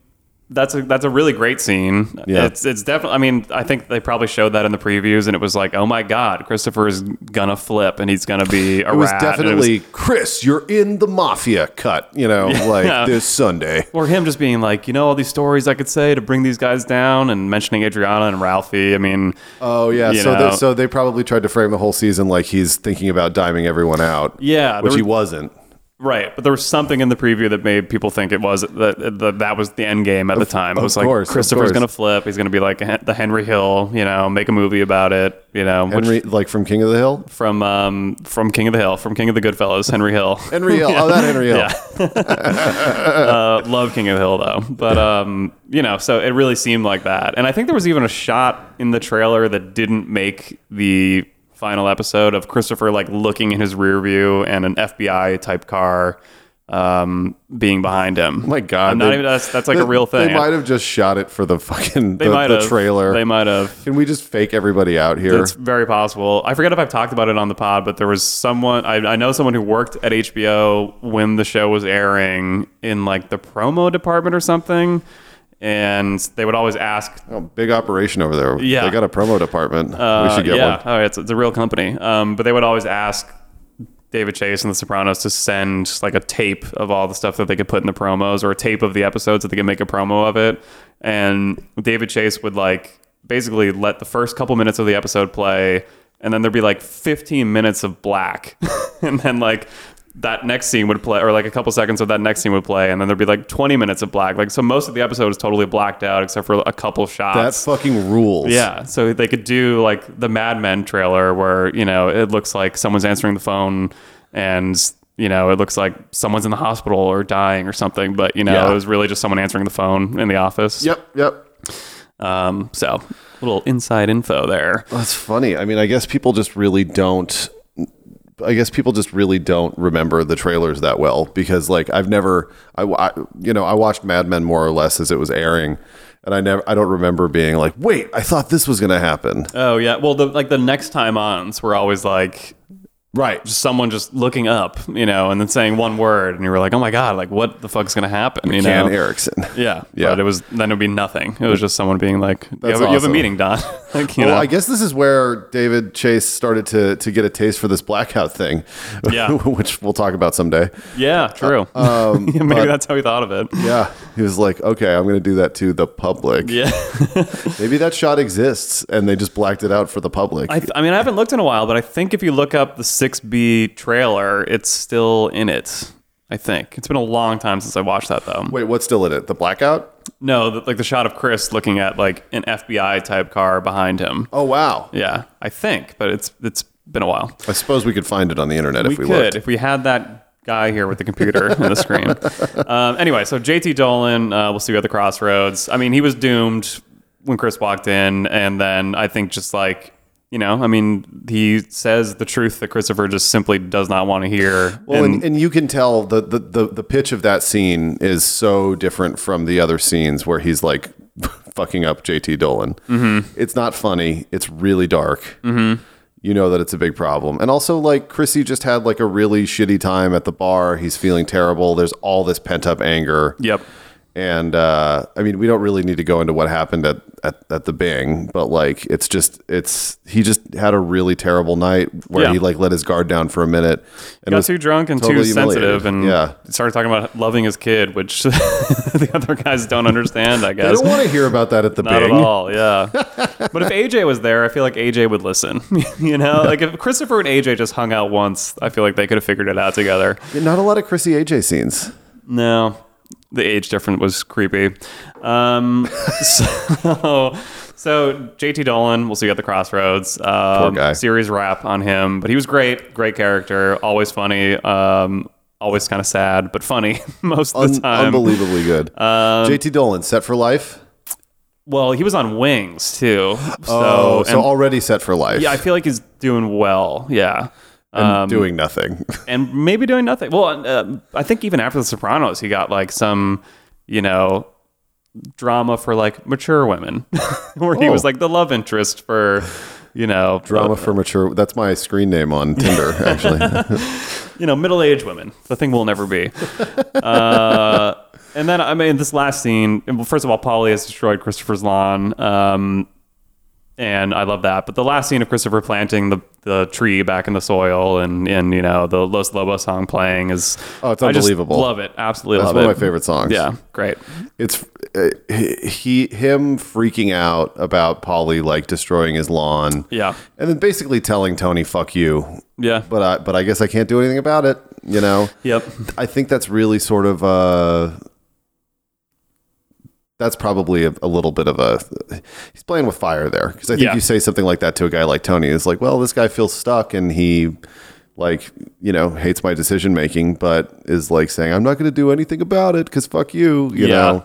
S4: that's a that's a really great scene.
S5: Yeah.
S4: It's it's definitely I mean, I think they probably showed that in the previews and it was like, "Oh my god, Christopher is gonna flip and he's gonna be a
S5: It was
S4: rat." And
S5: definitely Chris. You're in the mafia cut. You know, like this Sunday.
S4: or him just being like, you know, all these stories I could say to bring these guys down, and mentioning Adriana and Ralphie. I mean,
S5: Oh yeah.
S4: You
S5: so
S4: know.
S5: they, so they probably tried to frame the whole season like he's thinking about diming everyone out.
S4: Yeah,
S5: which
S4: there
S5: he
S4: were-
S5: wasn't.
S4: right? But there was something in the preview that made people think it was that that, that was the end game at the time. It
S5: of
S4: was like
S5: course, of
S4: Christopher's
S5: course.
S4: gonna flip. He's gonna be like Hen- the Henry Hill, you know, make a movie about it, you know, which-
S5: Henry, like from King of the Hill.
S4: from um, from King of the Hill, from King of the Goodfellas, Henry Hill.
S5: Henry Hill. Oh, that Henry Hill.
S4: Yeah. uh, love King of the Hill though, but um, you know, so it really seemed like that. And I think there was even a shot in the trailer that didn't make the final episode of Christopher like looking in his rear view and an FBI type car um, being behind him.
S5: My God,
S4: I'm not
S5: they-
S4: even that's that's like
S5: they,
S4: a real thing.
S5: They might have just shot it for the fucking
S4: They
S5: the,
S4: might
S5: the
S4: have.
S5: trailer.
S4: They might have.
S5: Can we just fake everybody out here?
S4: It's very possible. I forget if I've talked about it on the pod, but there was someone I, I know someone who worked at HBO when the show was airing in like the promo department or something, and they would always ask.
S5: Oh, big operation over there.
S4: Yeah.
S5: They got a promo department. we
S4: uh,
S5: should get
S4: yeah,
S5: one.
S4: oh, it's, it's a real company. Um, but they would always ask David Chase and The Sopranos to send like a tape of all the stuff that they could put in the promos or a tape of the episodes that they could make a promo of it. And David Chase would like basically let the first couple minutes of the episode play and then there'd be like 15 minutes of black. and then like that next scene would play or like a couple seconds of that next scene would play and then there'd be like 20 minutes of black. Like so most of the episode is totally blacked out except for a couple shots.
S5: That fucking rules.
S4: Yeah, so they could do like the Mad Men trailer where, you know, it looks like someone's answering the phone and, you know, it looks like someone's in the hospital or dying or something, but, you know,
S5: Yeah.
S4: it was really just someone answering the phone in the office.
S5: Yep. Yep.
S4: Um, so, little inside info there.
S5: That's funny. I mean, I guess people just really don't. I guess people just really don't remember the trailers that well because, like, I've never, I, I, you know, I watched Mad Men more or less as it was airing, and I never, I don't remember being like, wait, I thought this was going to happen.
S4: Oh, yeah. Well, the, like the next time ons were always like,
S5: right.
S4: someone just looking up, you know, and then saying one word, and you were like, "Oh my god, like what the fuck's gonna happen?" You
S5: Jan
S4: know,
S5: Erickson.
S4: Yeah,
S5: Yeah.
S4: But it was then it would be nothing. It was just someone being like, you have,
S5: That's
S4: a- "You have a
S5: awesome.
S4: meeting, Don." like, you
S5: well,
S4: know,
S5: I guess this is where David Chase started to to get a taste for this blackout thing,
S4: Yeah.
S5: which we'll talk about someday.
S4: yeah, true. Yeah, Maybe that's how he thought of it.
S5: Uh, um, Yeah, he was like, okay, I'm going to do that to the public.
S4: Yeah,
S5: Maybe that shot exists, and they just blacked it out for the public.
S4: I, th- I mean, I haven't looked in a while, but I think if you look up the six B trailer, it's still in it. I think it's been a long time since I watched that though.
S5: Wait, what's still in it? The blackout?
S4: No, the, like the shot of Chris looking at like an FBI type car behind him.
S5: Oh wow!
S4: Yeah, I think, but it's it's been a while.
S5: I suppose we could find it on the internet if we
S4: we could
S5: looked.
S4: if we had that guy here with the computer and the screen. Um, anyway, so JT Dolan, uh, we'll see you at the crossroads. I mean, he was doomed when Chris walked in, and then I think just like you know, I mean, he says the truth that Christopher just simply does not want to hear.
S5: Well,
S4: and-
S5: and, and you can tell the, the the the pitch of that scene is so different from the other scenes where he's like fucking up JT Dolan. Mm-hmm. It's not funny. It's really dark. Mm-hmm. You know that it's a big problem. And also, like Chrissy just had like a really shitty time at the bar. He's feeling terrible. There's all this pent up anger.
S4: yep.
S5: And uh, I mean, we don't really need to go into what happened at, at, at the Bing, but like, it's just, it's, he just had a really terrible night where
S4: Yeah.
S5: he like let his guard down for a minute and
S4: Got
S5: was
S4: too drunk and
S5: totally
S4: too
S5: humiliated.
S4: sensitive, and
S5: yeah.
S4: started talking about loving his kid, which the other guys don't understand. I
S5: I
S4: guess
S5: don't want to hear about that at the
S4: Not
S5: Bing.
S4: at all, yeah. but if AJ was there, I feel like AJ would listen. you know, like if Christopher and AJ just hung out once, I feel like they could have figured it out together.
S5: Not a lot of Chrissy AJ scenes.
S4: No, the age difference was creepy. Um, so, so JT Dolan, we'll see you at the crossroads. Um,
S5: guy.
S4: Series wrap on him, but he was great. Great character, always funny. Um, always kind of sad, but funny most of the
S5: Un-
S4: time. um,
S5: unbelievably good. JT Dolan, set for life.
S4: Well, he was on Wings too. So,
S5: Oh, so
S4: and-
S5: already set for life. Um,
S4: Yeah, I feel like he's doing well. Yeah.
S5: and doing nothing.
S4: and maybe doing nothing. Well, uh, I think even after The Sopranos, he got like some, you know, drama for like mature women, where he was like the love interest for, you know,
S5: Drama for mature. That's my screen name on Tinder. Actually,
S4: you know, middle aged women. The thing will never be. uh, and then, I mean, this last scene, well, first of all, Polly has destroyed Christopher's lawn. Um, and I love that. But the last scene of Christopher planting the, the tree back in the soil and, and you know, the Los Lobos song playing is.
S5: Oh, it's
S4: I just
S5: unbelievable.
S4: love it. Absolutely
S5: that's
S4: love
S5: one
S4: it.
S5: of my favorite songs.
S4: Yeah, great.
S5: it's uh, he him freaking out about Polly like destroying his lawn.
S4: Yeah.
S5: and then basically telling Tony "fuck you,"
S4: Yeah.
S5: but I but I guess I can't do anything about it. You know.
S4: yep.
S5: I think that's really sort of uh that's probably a, a little bit of a he's playing with fire there because I think
S4: Yeah.
S5: you say something like that to a guy like Tony it's like well this guy feels stuck and he like you know hates my decision making but is like saying I'm not going to do anything about it because fuck you you
S4: Yeah.
S5: know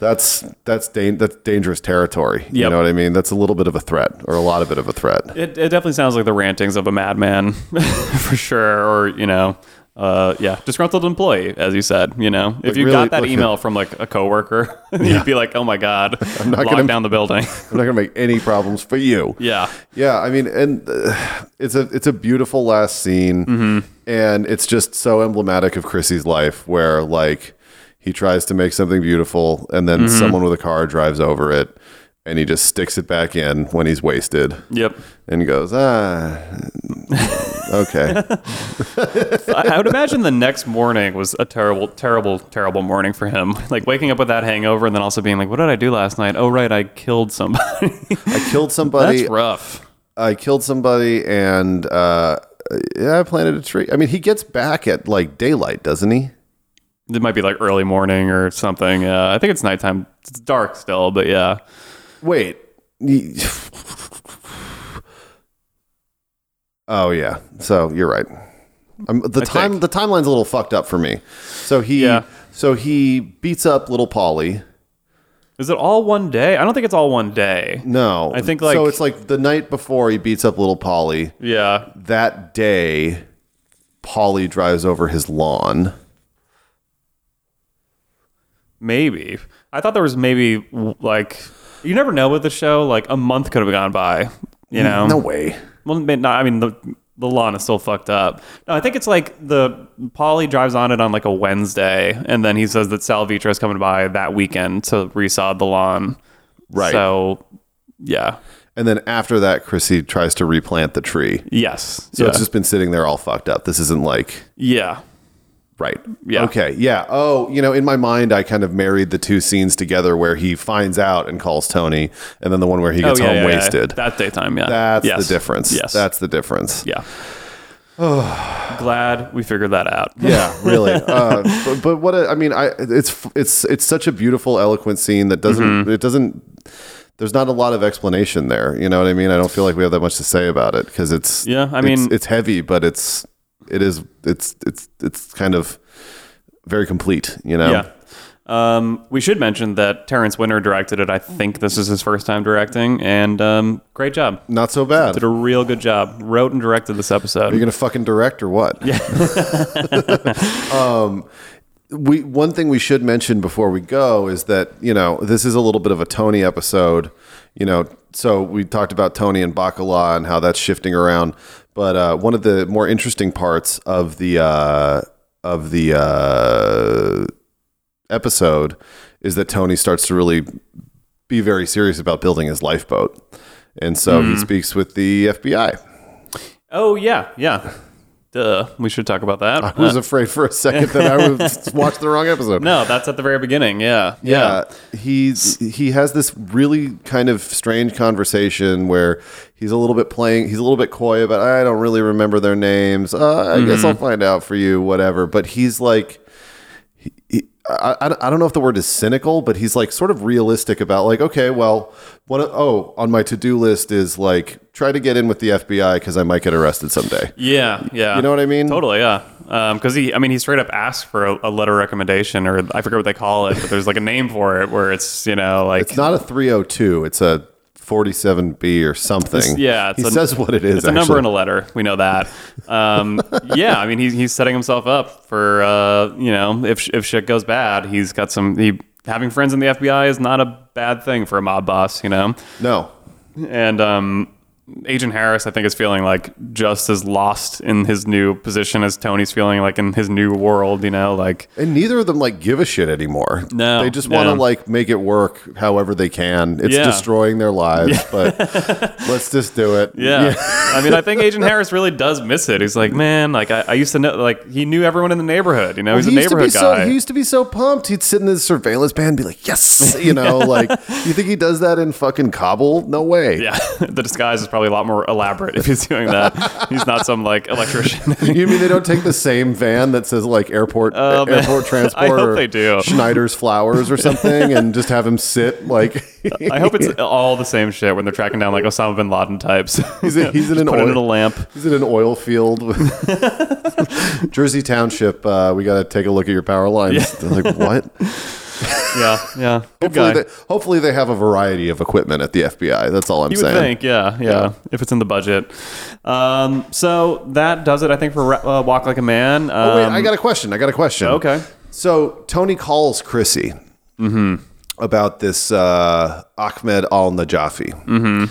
S5: that's that's dan- that's dangerous territory you
S4: Yep.
S5: know what I mean that's a little bit of a threat or a lot of bit of a threat
S4: It, it definitely sounds like the rantings of a madman, for sure. Or you know, uh, yeah, disgruntled employee, as you said. You know, if
S5: Like,
S4: you
S5: really-
S4: got that
S5: like-
S4: email from like a coworker, you'd be like, oh my god, I'm
S5: not
S4: lock
S5: gonna-
S4: down the building.
S5: I'm not going to make any problems for you
S4: yeah,
S5: Yeah, I mean, and uh, it's a it's a beautiful last scene, and it's just so emblematic of Chrissy's life, where like he tries to make something beautiful, and then someone with a car drives over it, and he just sticks it back in when he's wasted,
S4: yep.
S5: and goes ah, okay,
S4: I, I would imagine the next morning was a terrible, terrible, terrible morning for him. Like waking up with that hangover, and then also being like, what did I do last night? Oh right, I killed somebody.
S5: I killed
S4: That's
S5: somebody,
S4: rough.
S5: I killed somebody, and uh, yeah, I planted a tree. I mean, he gets back at like daylight, doesn't he?
S4: It might be like early morning or something. Uh, I think it's nighttime. It's dark still, but yeah.
S5: Wait. Ye- oh yeah. So you're right. Um, the time
S4: think.
S5: the timeline's a little fucked up for me. So he
S4: Yeah.
S5: so he beats up little Polly.
S4: Is it all one day? I don't think it's all one day.
S5: No,
S4: I think, like-
S5: so. It's like the night before he beats up little Polly.
S4: Yeah.
S5: That day, Polly drives over his lawn.
S4: Maybe. I thought there was maybe w- like you never know with the show. Like a month could have gone by. You know.
S5: No way.
S4: Well, may- not. I mean, the the lawn is still fucked up. No, I think it's like the Polly drives on it on like a Wednesday, and then he says that Sal Vitro is coming by that weekend to resod the lawn.
S5: Right.
S4: So. Yeah.
S5: And then after that, Chrissy tries to replant the tree.
S4: Yes.
S5: So
S4: yeah.
S5: it's just been sitting there all fucked up. This isn't like
S4: yeah.
S5: Right.
S4: Yeah.
S5: Okay. Yeah. Oh, you know, in my mind, I kind of married the two scenes together where he finds out and calls Tony, and then the one where he gets
S4: Oh, yeah,
S5: home
S4: yeah, yeah.
S5: wasted.
S4: That's daytime. Yeah.
S5: That's
S4: Yes.
S5: the difference.
S4: Yes.
S5: That's the difference.
S4: Yeah. Glad we figured that out.
S5: Yeah, really. Uh, but, but what a, I mean, I it's it's it's such a beautiful, eloquent scene that doesn't
S4: Mm-hmm.
S5: it doesn't. There's not a lot of explanation there. You know what I mean? I don't feel like we have that much to say about it because it's
S4: Yeah, I
S5: it's-
S4: mean-
S5: it's, heavy, but it's it is it's it's it's kind of very complete. You know?
S4: Yeah. Um, we should mention that Terrence Winter directed it. I think this is his first time directing, and um, great job.
S5: Not so bad.
S4: Did a real good job. Wrote and directed this episode.
S5: Are you gonna fucking direct or what? Yeah. um, we one thing we should mention before we go is that you know this is a little bit of a Tony episode. You know, so we talked about Tony and Bacala and how that's shifting around. But uh, one of the more interesting parts of the uh, of the uh, episode is that Tony starts to really be very serious about building his lifeboat. And so he speaks with the FBI.
S4: oh yeah, yeah. Duh. We should talk about that.
S5: I was afraid for a second that I was watched the wrong episode.
S4: no, that's at the very beginning. Yeah.
S5: Yeah, he's he has this really kind of strange conversation where he's a little bit playing, he's a little bit coy about I don't really remember their names. Uh, I guess I'll find out for you, whatever. But he's like, he- he- I, I I don't know if the word is cynical, but he's like sort of realistic about like, okay, well, what? Oh, on my to do list is like try to get in with the FBI because I might get arrested someday.
S4: Yeah. Yeah.
S5: You know what I mean?
S4: Totally. Yeah. Because he, I mean, he straight up asks for a, a letter recommendation, or I forget what they call it, but there's like a name for it, where it's you know like
S5: oh It's not a 302. It's a 47B or something.
S4: Yeah, it's
S5: he
S4: a-
S5: says what it is.
S4: It's a number
S5: actually.
S4: and a letter. We know that. Um, yeah, I mean, he's he's setting himself up for uh, you know if sh- if shit goes bad, he's got some. He having friends in the FBI is not a bad thing for a mob boss, you know.
S5: No,
S4: And um, Agent Harris, I think, is feeling like just as lost in his new position as Tony's feeling like in his new world, you know, like
S5: and neither of them like give a shit anymore.
S4: No,
S5: they just want to
S4: no.
S5: like make it work however they can. It's
S4: Yeah.
S5: destroying their lives, but let's just do it.
S4: Yeah. I mean, I think Agent Harris really does miss it. He's like, man, like I, I used to know, like he knew everyone in the neighborhood. You know, he's a
S5: he used to be
S4: neighborhood guy.
S5: so he used to be so pumped. He'd sit in his surveillance van and be like, "Yes," you know, like you think he does that in fucking Kabul? No way.
S4: yeah, the disguise is probably a lot more elaborate if he's doing that. he's not some like electrician.
S5: You mean they don't take the same van that says like airport
S4: Oh, man.
S5: airport transport
S4: I hope
S5: or
S4: they do.
S5: Schneider's flowers or something and just have him sit like
S4: I hope it's all the same shit when they're tracking down like Osama bin Laden types.
S5: he's, in- he's in an
S4: Put it in a
S5: oil,
S4: lamp.
S5: he's in an oil field with- Jersey Township uh, we got to take a look at your power lines They're like what
S4: Yeah, yeah. Good guy.
S5: hopefully they, hopefully they have a variety of equipment at the FBI that's all I'm
S4: You would
S5: saying
S4: think, yeah, yeah, if it's in the budget. Um, so that does it, I think, for Ra- uh, Walk Like a Man. Um,
S5: Oh, wait, I got a question. I got a question.
S4: Okay.
S5: So Tony calls Chrissy
S4: Mm-hmm.
S5: about this uh, Ahmed Al Najafi.
S4: Mm-hmm.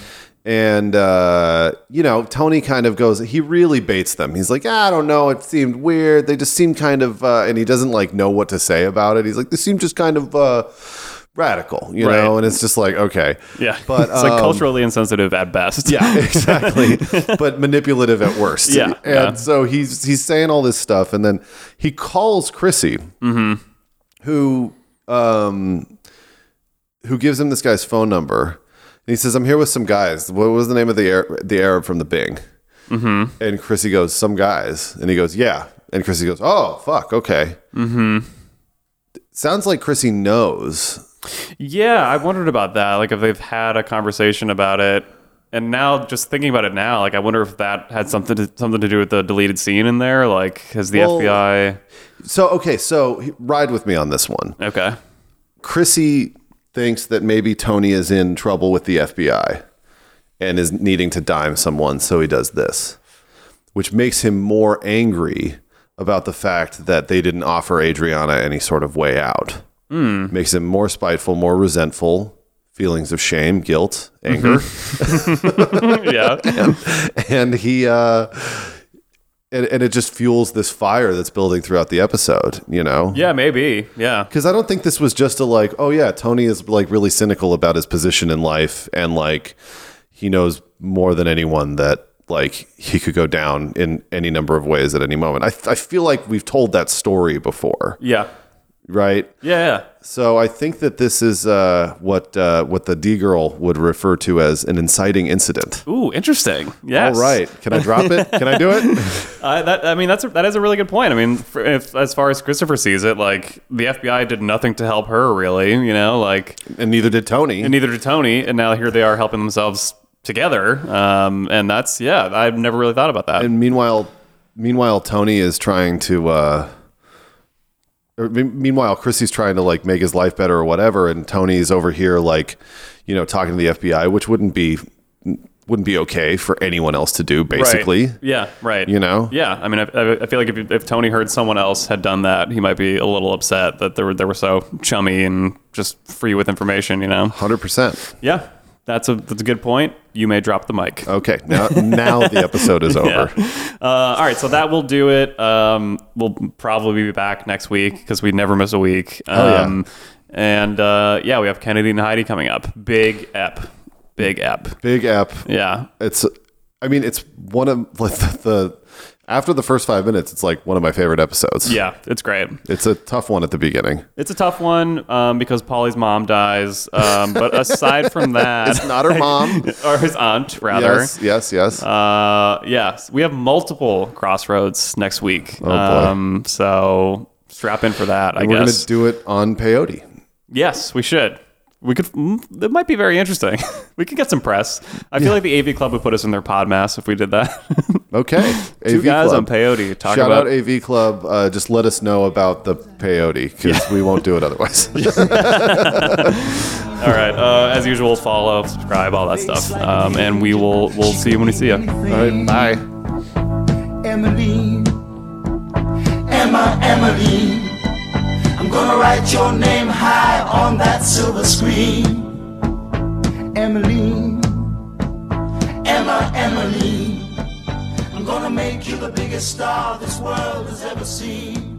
S5: And, uh, you know, Tony kind of goes, he really baits them. He's like, "Ah, I don't know. It seemed weird. They just seem kind of, uh, and he doesn't like know what to say about it. He's like, this seemed just kind of uh, radical, you
S4: Right.
S5: know? And it's just like, okay.
S4: yeah,
S5: But,
S4: it's like
S5: um,
S4: culturally insensitive at best.
S5: yeah, exactly. but manipulative at worst.
S4: Yeah,
S5: And
S4: yeah.
S5: so he's he's saying all this stuff, and then he calls Chrissy, who um, who gives him this guy's phone number, and he says, "I'm here with some guys." What was the name of the Ar- the Arab from the Bing? Mm-hmm. And Chrissy goes, "Some guys," and he goes, "Yeah." And Chrissy goes, "Oh fuck, okay." Mm-hmm. Sounds like Chrissy knows
S4: Yeah, I wondered about that. Like, if they've had a conversation about it, and now just thinking about it now, like, I wonder if that had something to, something to do with the deleted scene in there. Like, has the
S5: Well-
S4: FBI?
S5: So okay, so he- ride with me on this one.
S4: Okay,
S5: Chrissy thinks that maybe Tony is in trouble with the FBI and is needing to dime someone, so he does this, which makes him more angry about the fact that they didn't offer Adriana any sort of way out. Makes him more spiteful, more resentful, feelings of shame, guilt, anger,
S4: yeah,
S5: and he uh and, and it just fuels this fire that's building throughout the episode, you know?
S4: yeah, maybe, yeah,
S5: because I don't think this was just a like, oh yeah, Tony is like really cynical about his position in life, and like he knows more than anyone that like he could go down in any number of ways at any moment. I, I feel like we've told that story before,
S4: yeah,
S5: right?
S4: yeah,
S5: So I think that this is uh, what uh, what the D girl would refer to as an inciting incident.
S4: yeah. Ooh, interesting. Yes.
S5: All right, can I drop it? Can I do it?
S4: I, that, I mean, that's a, that is a really good point. I mean, for, if, as far as Christopher sees it, like the FBI did nothing to help her, really. You know, like
S5: And neither did Tony.
S4: and neither did Tony, and now here they are helping themselves together. Um, and that's yeah, I've never really thought about that.
S5: and meanwhile, meanwhile, Tony is trying to. Uh, or me- meanwhile, Chrissy's trying to like make his life better or whatever, and Tony's over here like, you know, talking to the FBI, which wouldn't be wouldn't be okay for anyone else to do, basically.
S4: Right. Yeah, right.
S5: You know?
S4: Yeah, I mean, I, I- I feel like if, if Tony heard someone else had done that, he might be a little upset that they were they were so chummy and just free with information. You know?
S5: Hundred percent.
S4: Yeah, that's a that's a good point. You may drop the mic.
S5: Okay, now now the episode is over.
S4: Uh, all right, so that will do it. Um, we'll probably be back next week because we never miss a week.
S5: Oh, yeah.
S4: Um, And uh, yeah, we have Kennedy and Heidi coming up. Big ep. Big ep.
S5: Big app.
S4: Yeah.
S5: It's, I mean, it's one of like the, the after the first five minutes, it's like one of my favorite episodes.
S4: Yeah, it's great.
S5: it's a tough one at the beginning.
S4: It's a tough one um, because Polly's mom dies. Um, but aside from that,
S5: It's not her mom.
S4: or his aunt, rather.
S5: yes, yes, yes.
S4: Uh, yes, we have multiple crossroads next week. Oh,
S5: boy.
S4: Um, so strap in for that, I
S5: We're
S4: guess.
S5: gonna do it on peyote.
S4: Yes, we should. We could. mm, It might be very interesting. we could get some press. I feel like the AV Club would put us in their pod mass if we did that.
S5: Okay,
S4: Two
S5: AV
S4: guys
S5: Oh, Club.
S4: on peyote talking
S5: Shout
S4: about.
S5: out AV Club. Uh, just let us know about the peyote because we won't do it otherwise.
S4: All right. Uh, as usual, follow, subscribe, all that stuff. Um, and we will we'll see you when we see you.
S5: right, bye.
S8: Emily, Emma, Emily. I'm gonna write your name high on that silver screen. Emily, Emma, Emily. I'm gonna make you the biggest star this world has ever seen.